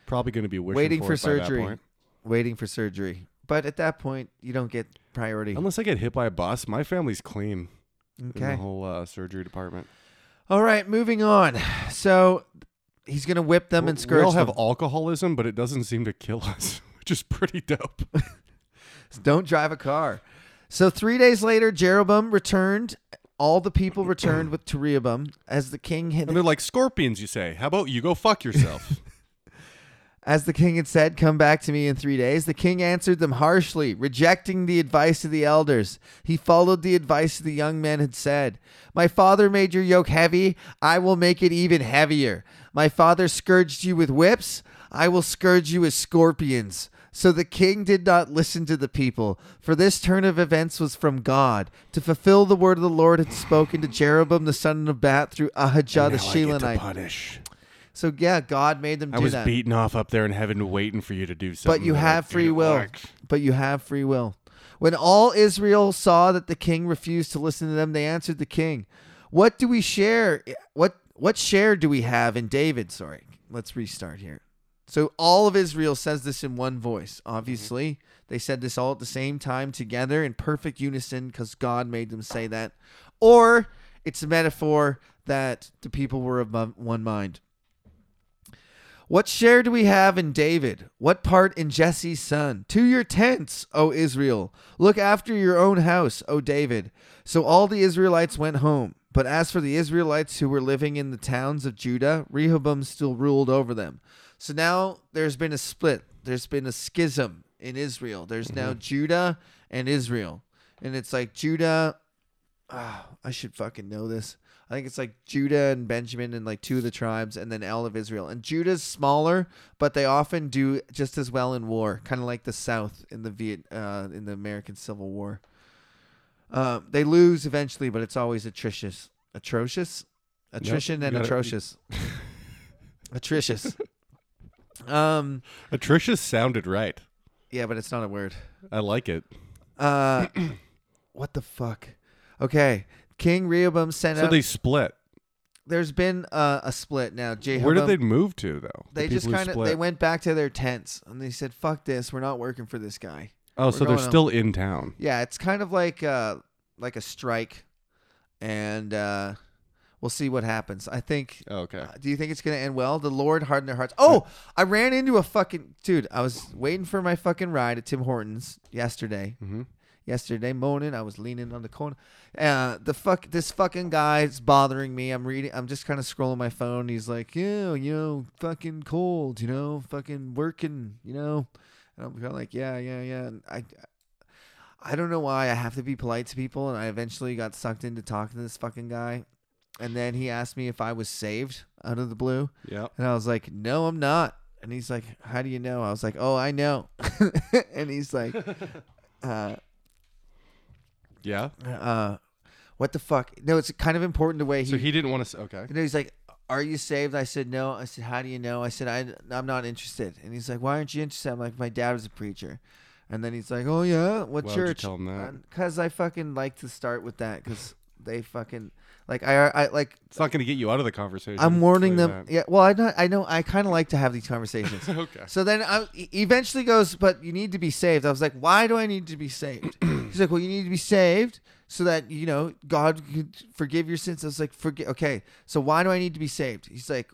Probably gonna be wishing Waiting for for, it by that surgery. point. Waiting for surgery, but at that point, you don't get priority. Unless I get hit by a bus, my family's clean in the Okay. whole uh, surgery department. All right, moving on. So he's gonna whip them and we scourge all have them. alcoholism, but it doesn't seem to kill us. which is pretty dope. Don't drive a car. So three days later, Jeroboam returned. All the people returned with Rehoboam as the king had, And they're like, scorpions, you say. How about you go fuck yourself? as the king had said, "Come back to me in three days." The king answered them harshly, rejecting the advice of the elders. He followed the advice the young men had said. My father made your yoke heavy; I will make it even heavier. My father scourged you with whips; I will scourge you with scorpions. So the king did not listen to the people, for this turn of events was from God, to fulfill the word of the Lord had spoken to Jeroboam the son of Bat through Ahijah the Shilonite. punish. So yeah, God made them do I was that. beaten off up there in heaven waiting for you to do something. But you that I have free didn't will. like. But you have free will. When all Israel saw that the king refused to listen to them, they answered the king, "What do we share? What what share do we have in David?" Sorry, let's restart here. So all of Israel says this in one voice. Obviously, they said this all at the same time together in perfect unison because God made them say that. Or it's a metaphor that the people were of mon- one mind. What share do we have in David? What part in Jesse's son? To your tents, O Israel. Look after your own house, O David. So all the Israelites went home. But as for the Israelites who were living in the towns of Judah, Rehoboam still ruled over them. So now there's been a split. There's been a schism in Israel. There's now Judah and Israel. And it's like Judah Ah, I should fucking know this. I think it's like Judah and Benjamin and like two of the tribes and then all of Israel. And Judah's smaller, but they often do just as well in war, kind of like the South in the Viet uh, in the American Civil War. Uh, they lose eventually, but it's always atrocious, atrocious, attrition you and got it. atrocious, atrocious. Um, Atricious sounded right. yeah, but it's not a word. I like it. Uh, what the fuck? Okay, King Rehoboam sent So out. they split. there's been uh, a split now. Jehoboam, Where did they move to though? The They just people who kind of split. they went back to their tents and they said, "Fuck this, we're not working for this guy." Oh, so they're going on. still in town. Yeah, it's kind of like uh, like a strike, and uh, we'll see what happens. I think. Oh, okay. Do you think it's gonna end well? The Lord harden their hearts. Oh, I ran into a fucking dude. I was waiting for my fucking ride at Tim Hortons yesterday. Mm-hmm. yesterday morning. I was leaning on the corner. Uh, the fuck, this fucking guy's bothering me. I'm reading. I'm just kind of scrolling my phone. He's like, yeah, you know, fucking cold, you know, fucking working, you know. And I'm kind of like, yeah, yeah, yeah. And I, I don't know why I have to be polite to people, and I eventually got sucked into talking to this fucking guy. And then he asked me if I was saved out of the blue. Yep. And I was like, no, I'm not. And he's like, how do you know? I was like, oh, I know. and he's like, uh, Yeah. uh, what the fuck? No, it's kind of important the way he. So he didn't want to. Okay. you know, he's like, "Are you saved?" I said, "No." I said, "How do you know?" I said, I, "I'm not interested." And he's like, "Why aren't you interested?" I'm like, "My dad was a preacher," and then he's like, "Oh yeah, what Why would you church?" tell him that? Because I fucking like to start with that because they fucking like I I like It's not going to get you out of the conversation. I'm warning Tell them. you Yeah, well, I know I know I kind of like to have these conversations. that. Okay. So then I he eventually goes, but you need to be saved. I was like, why do I need to be saved? He's like, well, you need to be saved so that you know God could forgive your sins. I was like, forgive. Okay, so why do I need to be saved? He's like,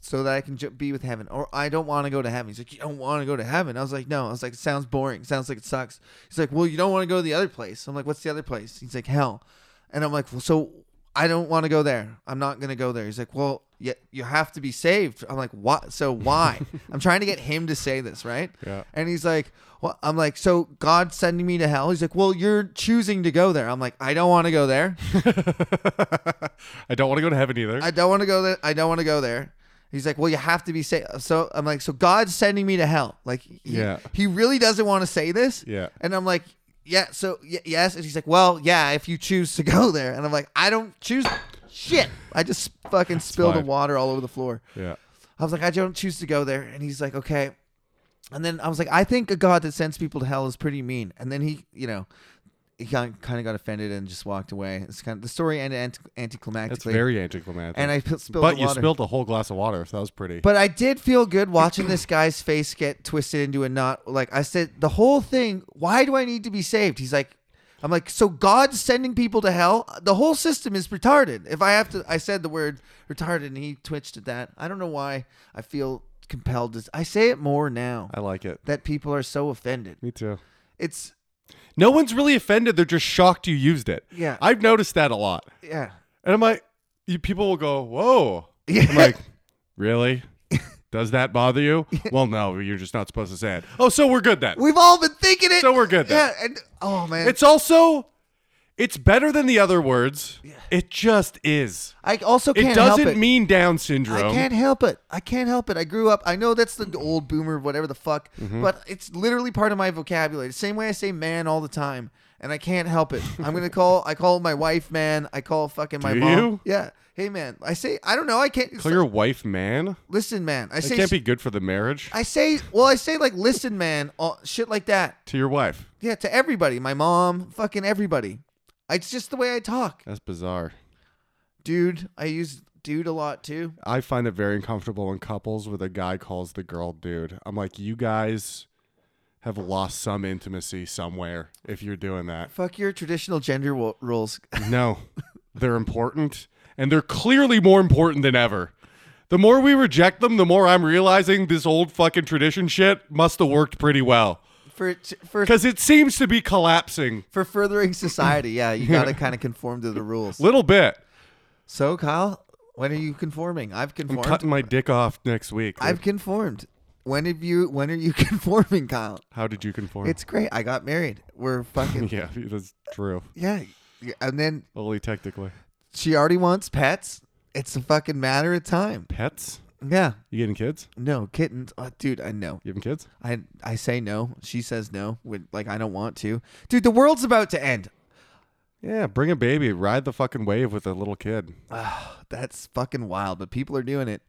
so that I can ju- be with heaven, or I don't want to go to heaven. He's like, you don't want to go to heaven. I was like, no. I was like, it sounds boring. It sounds like it sucks. He's like, well, you don't want to go to the other place. I'm like, what's the other place? He's like, hell. And I'm like, well, so I don't want to go there. I'm not gonna go there. He's like, well, yeah, you have to be saved. I'm like, what? So why? I'm trying to get him to say this, right? Yeah. And he's like, well, I'm like, so God's sending me to hell. He's like, well, you're choosing to go there. I'm like, I don't want to go there. I don't want to go to heaven either. I don't want to go there. I don't want to go there. He's like, well, you have to be saved. So I'm like, so God's sending me to hell. Like, he, Yeah. he really doesn't want to say this. Yeah. And I'm like, yeah. So y- yes. And he's like, well, yeah, if you choose to go there. And I'm like, I don't choose. Shit. I just fucking spilled the fine. water all over the floor. yeah. I was like, I don't choose to go there. And he's like, okay. And then I was like, I think a God that sends people to hell is pretty mean. And then he, you know, he kind of got offended and just walked away. It's kind of the story ended anti- anticlimactically. That's very anticlimactic. and I p- spilled but the you water. spilled a whole glass of water, so that was pretty. But I did feel good watching this guy's face get twisted into a knot. Like I said, the whole thing. Why do I need to be saved? He's like, I'm like, so God's sending people to hell. The whole system is retarded. If I have to, I said the word retarded, and he twitched at that. I don't know why. I feel compelled to. I say it more now I like it. that people are so offended. Me too. It's No one's really offended. They're just shocked you used it. Yeah. I've noticed that a lot. yeah, And I'm like, you, people will go, whoa. yeah. I'm like, really? Does that bother you? Well, no, you're just not supposed to say it. Oh, so we're good then. We've all been thinking it. So we're good then. Yeah, and oh man, It's also, it's better than the other words. It just is. I also can't It help doesn't it. mean Down I syndrome. can't help it. I can't help it. I grew up. I know that's the old boomer, whatever the fuck, Mm-hmm. but it's literally part of my vocabulary. The same way I say man all the time, and I can't help it. I'm gonna call. I call my wife man. I call fucking my Do mom. you? Yeah. Hey man. I say. I don't know. I can't. it's Call like, your wife man. listen, man. I It say. can't be good for the marriage. I say. Well, I say like listen, man. All, shit like that. To your wife. Yeah, to everybody. My mom. Fucking everybody. It's just the way I talk, That's bizarre. dude. I use dude a lot too. I find it very uncomfortable when couples with a guy calls the girl dude. I'm like, you guys have lost some intimacy somewhere if you're doing that. Fuck your traditional gender wo- rules. No, they're important, and they're clearly more important than ever. The more we reject them, the more I'm realizing this old fucking tradition shit must have worked pretty well. For for Because it seems to be collapsing for furthering society. Yeah, you got to kind of conform to the rules. little bit. So, Kyle, when are you conforming? I've conformed. Cutting my dick off next week. I've conformed. When have you? When are you conforming, Kyle? How did you conform? It's great. I got married. We're fucking yeah, that's true. yeah. Yeah, And then Only technically. she already wants pets. It's a fucking matter of time. Pets? Yeah. You getting kids? No kittens. Oh, dude, I know. You having kids? I I say no. She says no. When, like I don't want to. Dude, the world's about to end. Yeah, bring a baby, ride the fucking wave with a little kid. That's fucking wild. But people are doing it.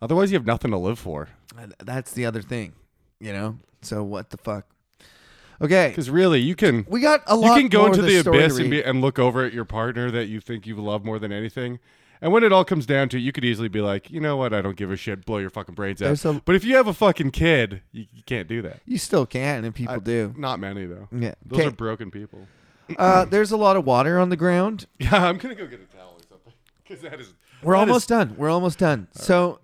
Otherwise, you have nothing to live for. And That's the other thing, you know. So what the fuck? Okay, Because really, you can we got a you lot. can go more into of the this story to abyss and, read. be, and look over at your partner that you think you love more than anything. And when it all comes down to it, you could easily be like, you know what, I don't give a shit, blow your fucking brains out. There's a- but if you have a fucking kid, you, you can't do that. You still can, and people do. Not many though. Yeah. Those Okay. are broken people. Uh, there's a lot of water on the ground. Yeah, I'm gonna go get a towel or something. Because that is We're that is- almost done. We're almost done. So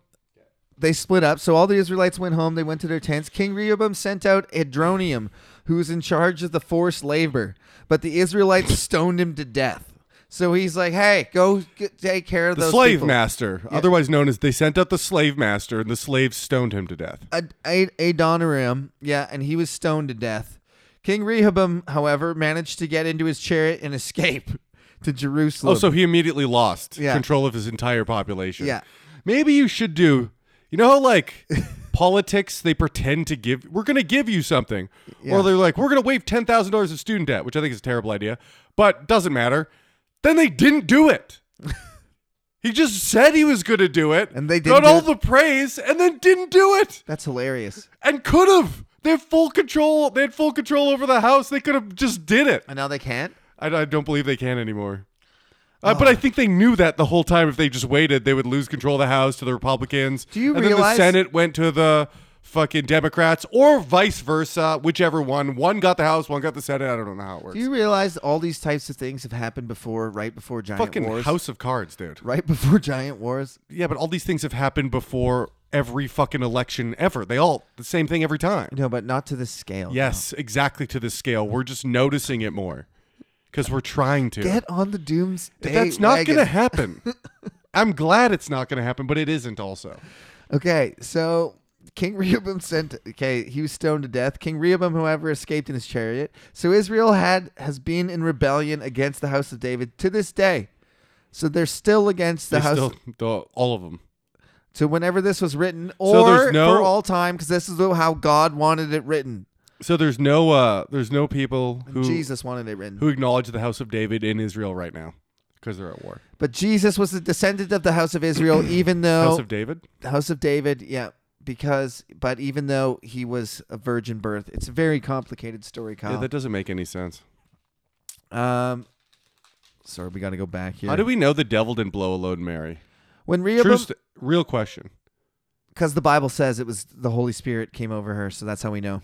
they split up. So all the Israelites went home. They went to their tents. King Rehoboam sent out Adronium, who was in charge of the forced labor, but the Israelites stoned him to death. So he's like, "Hey, go get, take care of the those slave people." master, otherwise known as they sent out the slave master, and the slaves stoned him to death. Ad- Ad- Adoniram, yeah, and he was stoned to death. King Rehoboam, however, managed to get into his chariot and escape to Jerusalem. Oh, so he immediately lost Yeah. control of his entire population. Yeah. Maybe you should do, you know, how, like politics, they pretend to give, we're going to give you something. Yeah. Or they're like, we're going to waive $10,000 of student debt, which I think is a terrible idea, but doesn't matter. Then they didn't do it. he just said he was going to do it. And they didn't Got do all it. the praise and then didn't do it that's hilarious. and could have. They had full control. They had full control over the house. They could have just did it. And now they can't. I, I don't believe they can anymore. Uh, But I think they knew that the whole time. If they just waited, they would lose control of the House to the Republicans. Do you and realize- then the Senate went to the fucking Democrats, or vice versa, whichever one. One got the House, one got the Senate. I don't know how it works. Do you realize all these types of things have happened before, right before giant fucking wars? House of Cards, dude. right before giant wars. Yeah, but all these things have happened before every fucking election ever. They all the same thing every time. No, but not to this scale. Yes, exactly to this scale. We're just noticing it more because we're trying to. Get on the doomsday. That's not wagon. going to happen. I'm glad it's not going to happen, but it isn't also. Okay, so King Rehoboam sent. Okay, he was stoned to death. King Rehoboam, however, escaped in his chariot. So Israel had has been in rebellion against the house of David to this day. So they're still against the They house. still- the- all of them. so whenever this was written, So there's or no- for all time, because this is how God wanted it written. So there's no uh there's no people who Jesus wanted it written. who acknowledge the house of David in Israel right now because they're at war. but Jesus was the descendant of the house of Israel, even though House of David? the house of David, yeah. Because, but even though he was a virgin birth, it's a very complicated story, Kyle. Yeah, that doesn't make any sense. Um, sorry, we got to go back here. How do we know the devil didn't blow a load Mary? when True Rehoboam, st- real question. because the Bible says it was the Holy Spirit came over her, so that's how we know.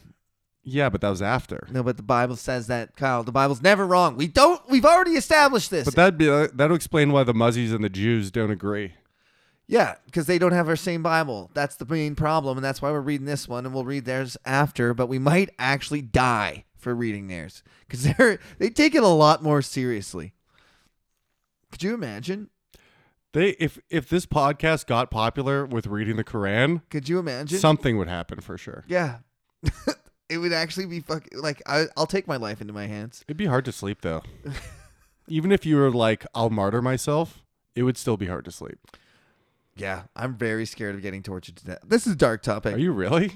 Yeah, but that was after. No, but the Bible says that Kyle, the Bible's never wrong. We don't. We've already established this. uh, But that'd be that would explain why the Muzzies and the Jews don't agree. Yeah, because they don't have our same Bible. That's the main problem, and that's why we're reading this one, and we'll read theirs after. But we might actually die for reading theirs because they're they take it a lot more seriously. Could you imagine? They if if this podcast got popular with reading the Quran, Could you imagine? something would happen for sure. yeah, it would actually be fuck. Like I, I'll take my life into my hands. It'd be hard to sleep though. Even if you were like, I'll martyr myself, it would still be hard to sleep. Yeah, I'm very scared of getting tortured to death. This is a dark topic. Are you really?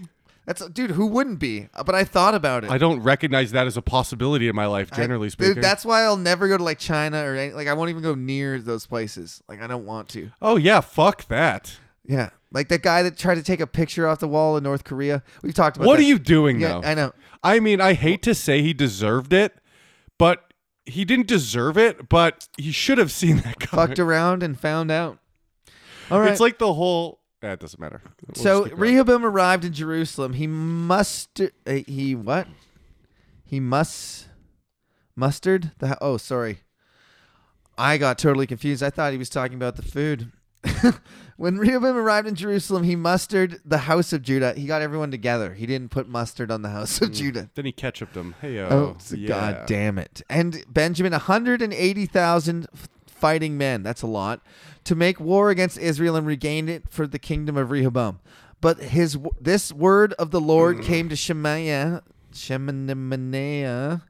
That's dude, who wouldn't be? Uh, But I thought about it. I don't recognize that as a possibility in my life, I- generally dude, speaking. that's why I'll never go to like China or any, like I won't even go near those places. Like I don't want to. oh yeah, fuck that. Yeah, like that guy that tried to take a picture off the wall in North Korea. We've talked about. what that. are you doing Yeah, though? I know. I mean, I hate to say he deserved it, but he didn't deserve it, but he should have seen that coming. Fucked around and found out. All right. It's like the whole. That doesn't matter. We'll so just keep going. Rehoboam arrived in Jerusalem. He must. Uh, he what? He must mustard the. ho- Oh, sorry. I got totally confused. I thought he was talking about the food. when Rehoboam arrived in Jerusalem, he mustered the house of Judah. He got everyone together. He didn't put mustard on the house Mm. of Judah. then he ketchuped him. Hey yo. Oh, s- yeah. god damn it. And Benjamin, 180,000 f- fighting men. That's a lot. To make war against Israel and regain it for the kingdom of Rehoboam. But his w- this word of the Lord came to Shemaiah, Shemaniah,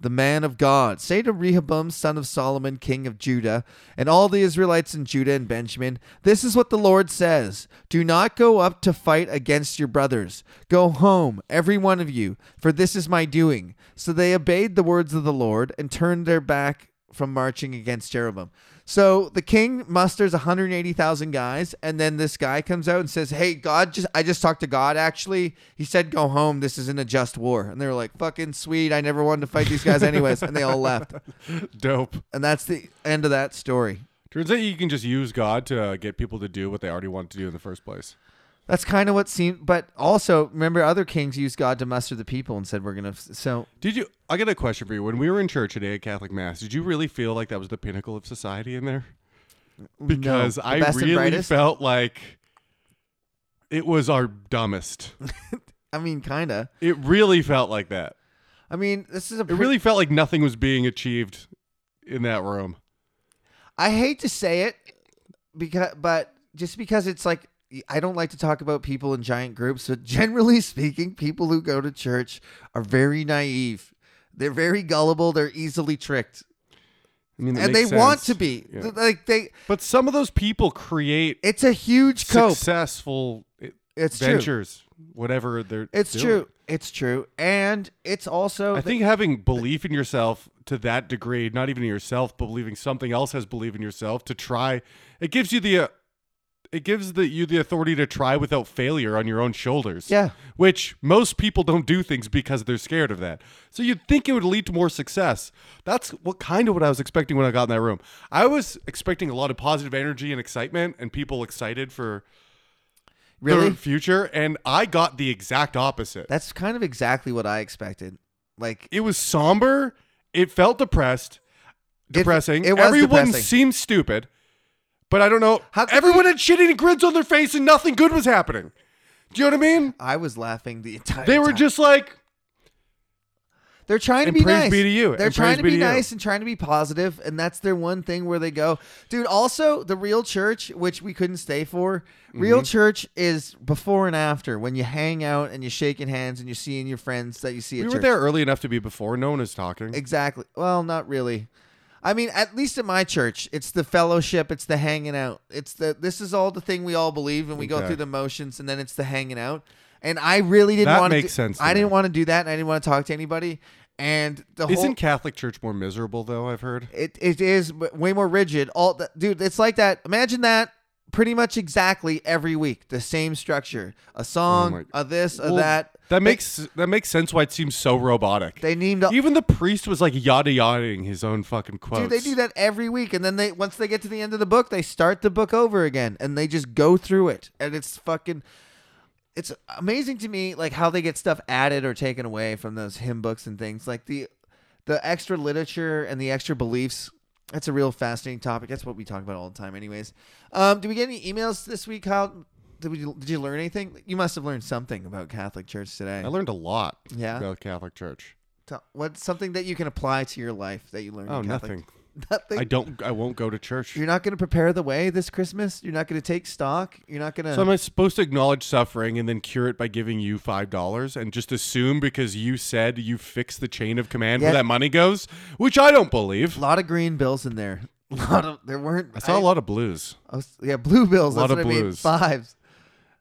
the man of God. Say to Rehoboam, son of Solomon, king of Judah, and all the Israelites in Judah and Benjamin, this is what the Lord says Do not go up to fight against your brothers. Go home, every one of you, for this is my doing. So they obeyed the words of the Lord and turned their back from marching against Jeroboam. So the king musters 180,000 guys, and then this guy comes out and says, "Hey, God, just I just talked to God. Actually, he said go home. This isn't a just war." And they were like, "Fucking sweet. I never wanted to fight these guys anyways." and they all left. Dope. And that's the end of that story. Turns out you can just use God to uh, get people to do what they already wanted to do in the first place. That's kind of what seemed, but also remember, other kings used God to muster the people and said, "We're gonna." f- So Did you? I got a question for you. When we were in church today at Catholic Mass, did you really feel like that was the pinnacle of society in there? Because no, the I best and really brightest? felt like it was our dumbest. I mean, kind of. it really felt like that. I mean, this is a It pretty, really felt like nothing was being achieved in that room. I hate to say it because but just because it's like I don't like to talk about people in giant groups, but generally speaking, people who go to church are very naive. They're very gullible, they're easily tricked. I mean, that and they makes want to sense. be. Yeah. Th- Like they But some of those people create it's a huge cope. successful i- It's true. ventures, whatever they're. It's doing. true. It's true. And it's also I th- think having belief in yourself to that degree, not even in yourself, but believing something else has belief in yourself to try, it gives you the, uh, it gives the you the authority to try without failure on your own shoulders. Yeah. Which most people don't do things because they're scared of that. So you'd think it would lead to more success. That's what kind of what I was expecting when I got in that room. I was expecting a lot of positive energy and excitement and people excited for really the future, and I got the exact opposite. that's kind of exactly what I expected. Like it was somber. It felt depressed, depressing. it was Everyone depressing. seemed stupid, but I don't know. How could Everyone had shitting grins on their face, and nothing good was happening. Do you know what I mean? I was laughing the entire They were time. just like, They're trying to And be praise nice. be to you. They're And trying praise to be be, to you. nice and trying to be positive, and that's their one thing where they go, dude. Also, the real church, which we couldn't stay for, Mm-hmm. real church is before and after when you hang out and you're shaking hands and you're seeing your friends that you see. we at were church. there early enough to be before. No one is talking. exactly. Well, not really. I mean, at least at my church, it's the fellowship, it's the hanging out, it's the this is all the thing we all believe, and we go Okay. through the motions, and then it's the hanging out. And I really didn't That want makes to, sense to I didn't me. want to do that, and I didn't want to talk to anybody. And the whole Isn't Catholic Church more miserable though? I've heard. It it is w- way more rigid. All the, dude, it's like that. Imagine that pretty much exactly every week. The same structure: a Oh my- song, a this, a Well, that. that makes that makes sense. Why it seems so robotic. They named. all Even the priest was like yada yadaing his own fucking quotes. Dude, they do that every week, and then they once they get to the end of the book, they start the book over again, and they just go through it, and it's fucking. It's amazing to me, like how they get stuff added or taken away from those hymn books and things, like the, the extra literature and the extra beliefs That's a real fascinating topic. That's what we talk about all the time, anyways. Um, do we get any emails this week, Kyle? Did, we, did you learn anything? You must have learned something about Catholic Church today. I learned a lot Yeah? about Catholic Church. T- What's something that you can apply to your life that you learned? Oh, in Catholic? nothing. Nothing. I don't. I won't go to church. You're not going to prepare the way this Christmas. You're not going to take stock. You're not going to. So am I supposed to acknowledge suffering and then cure it by giving you five dollars and just assume because you said you fix the chain of command Yeah. where that money goes, which I don't believe. a lot of green bills in there. A lot of there weren't. I saw a lot of blues I was- yeah, blue bills. A lot that's of what blues. I mean. Fives.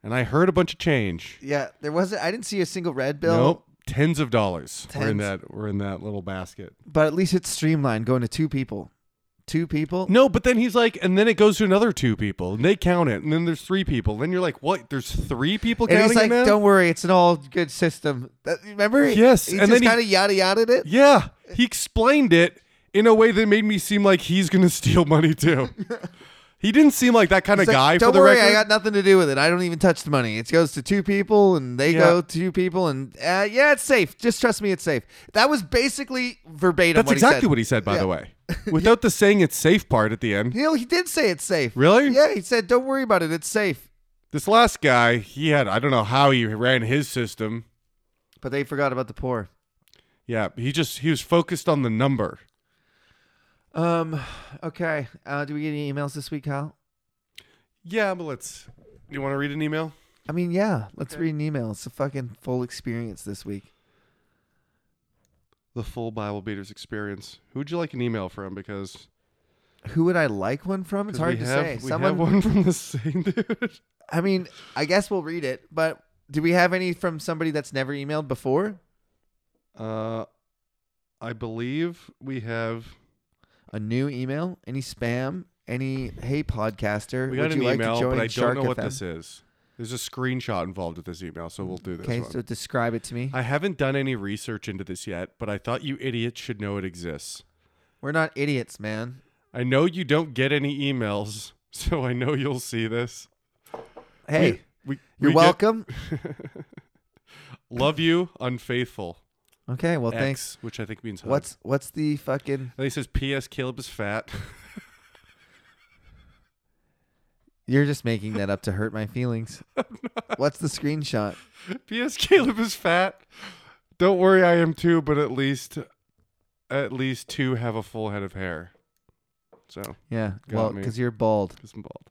and I heard a bunch of change. Yeah, there wasn't. I didn't see a single red bill. Nope, tens of dollars were in Tens. that were in that little basket. But at least it's streamlined, going to two people. Two people. No, but then he's like, and then it goes to another two people, and they count it, and then there's three people. Then you're like, what? There's three people And counting he's it like, now? "Don't worry, it's an all good system." That- remember? Yes, He and just then he- kind of yada yada it. Yeah, he explained it in a way that made me seem like he's gonna steal money too. he didn't seem like that kind of He's like, guy. Don't for the worry, record, I got nothing to do with it. I don't even touch the money. It goes to two people, and they Yeah. go to two people, and uh, yeah, it's safe. Just trust me, it's safe. That was basically verbatim. That's what exactly he said. what he said, by Yeah. the way. Without the saying it's safe part at the end. You know, he did say it's safe. Really? Yeah, he said, "Don't worry about it. It's safe." This last guy, he had, I don't know how he ran his system. But they forgot about the poor. Yeah, he just, he was focused on the number. Um. Okay. Uh, do we get any emails this week, Kyle? Yeah, but let's, you want to read an email? I mean, yeah. Let's read an email. It's a fucking full experience this week. The full Bible Beaters experience. Who would you like an email from? Because Who would I like one from? It's 'cause hard we to have, say. We Someone. have one from the same dude. I mean, I guess we'll read it. But do we have any from somebody that's never emailed before? Uh, I believe we have, a new email, any spam, any hey podcaster. we got would an you like email, to join but I don't Shark know what FM? this is. There's a screenshot involved with this email, so we'll do this Okay, one. so describe it to me. I haven't done any research into this yet, but I thought you idiots should know it exists. We're not idiots, man. I know you don't get any emails, so I know you'll see this. We- Hey, we, you're we get- welcome. love you, unfaithful. Okay, well, thanks. X, which I think means hug. What's what's the fucking? And he says, "P.S. Caleb is fat." You're just making that up to hurt my feelings. What's the screenshot? P.S. Caleb is fat. Don't worry, I am too. But at least, at least two have a full head of hair. So, Yeah, Got well, me. because you're bald, because I'm bald.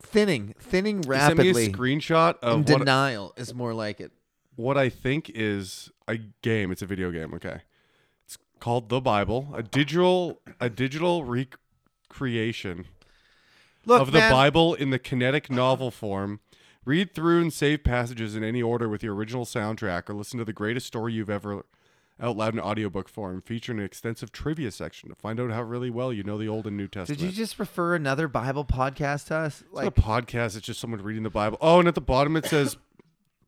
thinning, thinning He sent me a rapidly. screenshot of And what, denial is more like it. what I think is a game. It's a video game. Okay, it's called the Bible, a digital a digital recreation Look, of the man, Bible in the kinetic novel form. Read through and save passages in any order with your original soundtrack, or listen to the greatest story you've ever out loud in audiobook form, featuring an extensive trivia section to find out how really well you know the Old and New Testament. Did you just refer another Bible podcast to us? It's not Like, a podcast. It's just someone reading the Bible. Oh, and at the bottom it says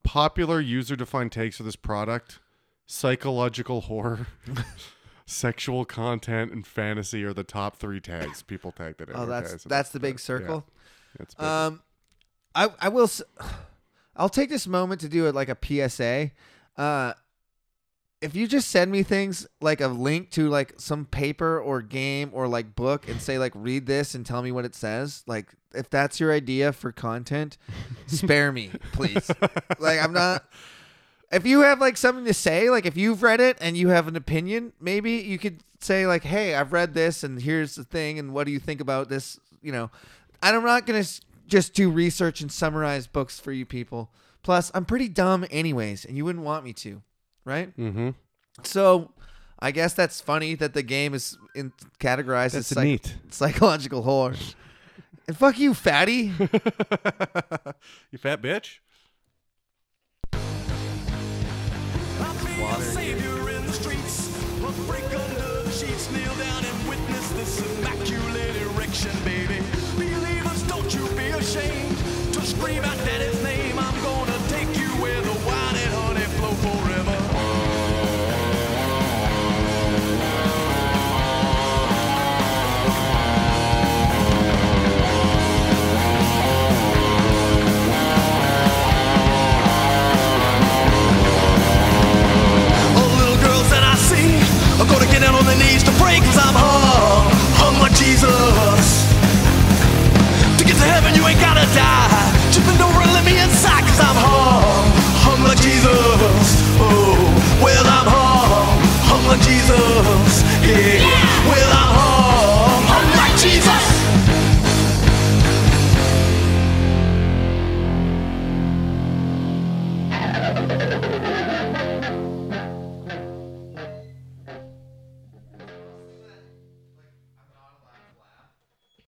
popular user defined takes for this product, psychological horror, sexual content, and fantasy are the top three tags people tagged it in. oh, that's Okay, so that's the that. big circle. Yeah, it's big. Um, I I will. s- I'll take this moment to do it like a PSA. Uh, if you just send me things like a link to like some paper or game or like book and say like read this and tell me what it says, like if that's your idea for content, spare me, please. like I'm not. If you have like something to say, like if you've read it and you have an opinion, maybe you could say like, "Hey, I've read this, and here's the thing, and what do you think about this?" You know, I'm not gonna s- just do research and summarize books for you people. Plus, I'm pretty dumb anyways, and you wouldn't want me to, right? mm-hmm. So, I guess that's funny that the game is in categorized That's as psych- neat. psychological horror. and fuck you, fatty. you fat bitch. Water. Savior in the streets, a freak under the sheets. Kneel down and witness this immaculate erection, baby. Believers, don't you be ashamed to scream out Daddy's name. I'm gonna take you where the wine and honey flow forever. All the little girls that I see are gonna get down on their knees to pray cause I'm hung. Oh, us. Yeah. Well, I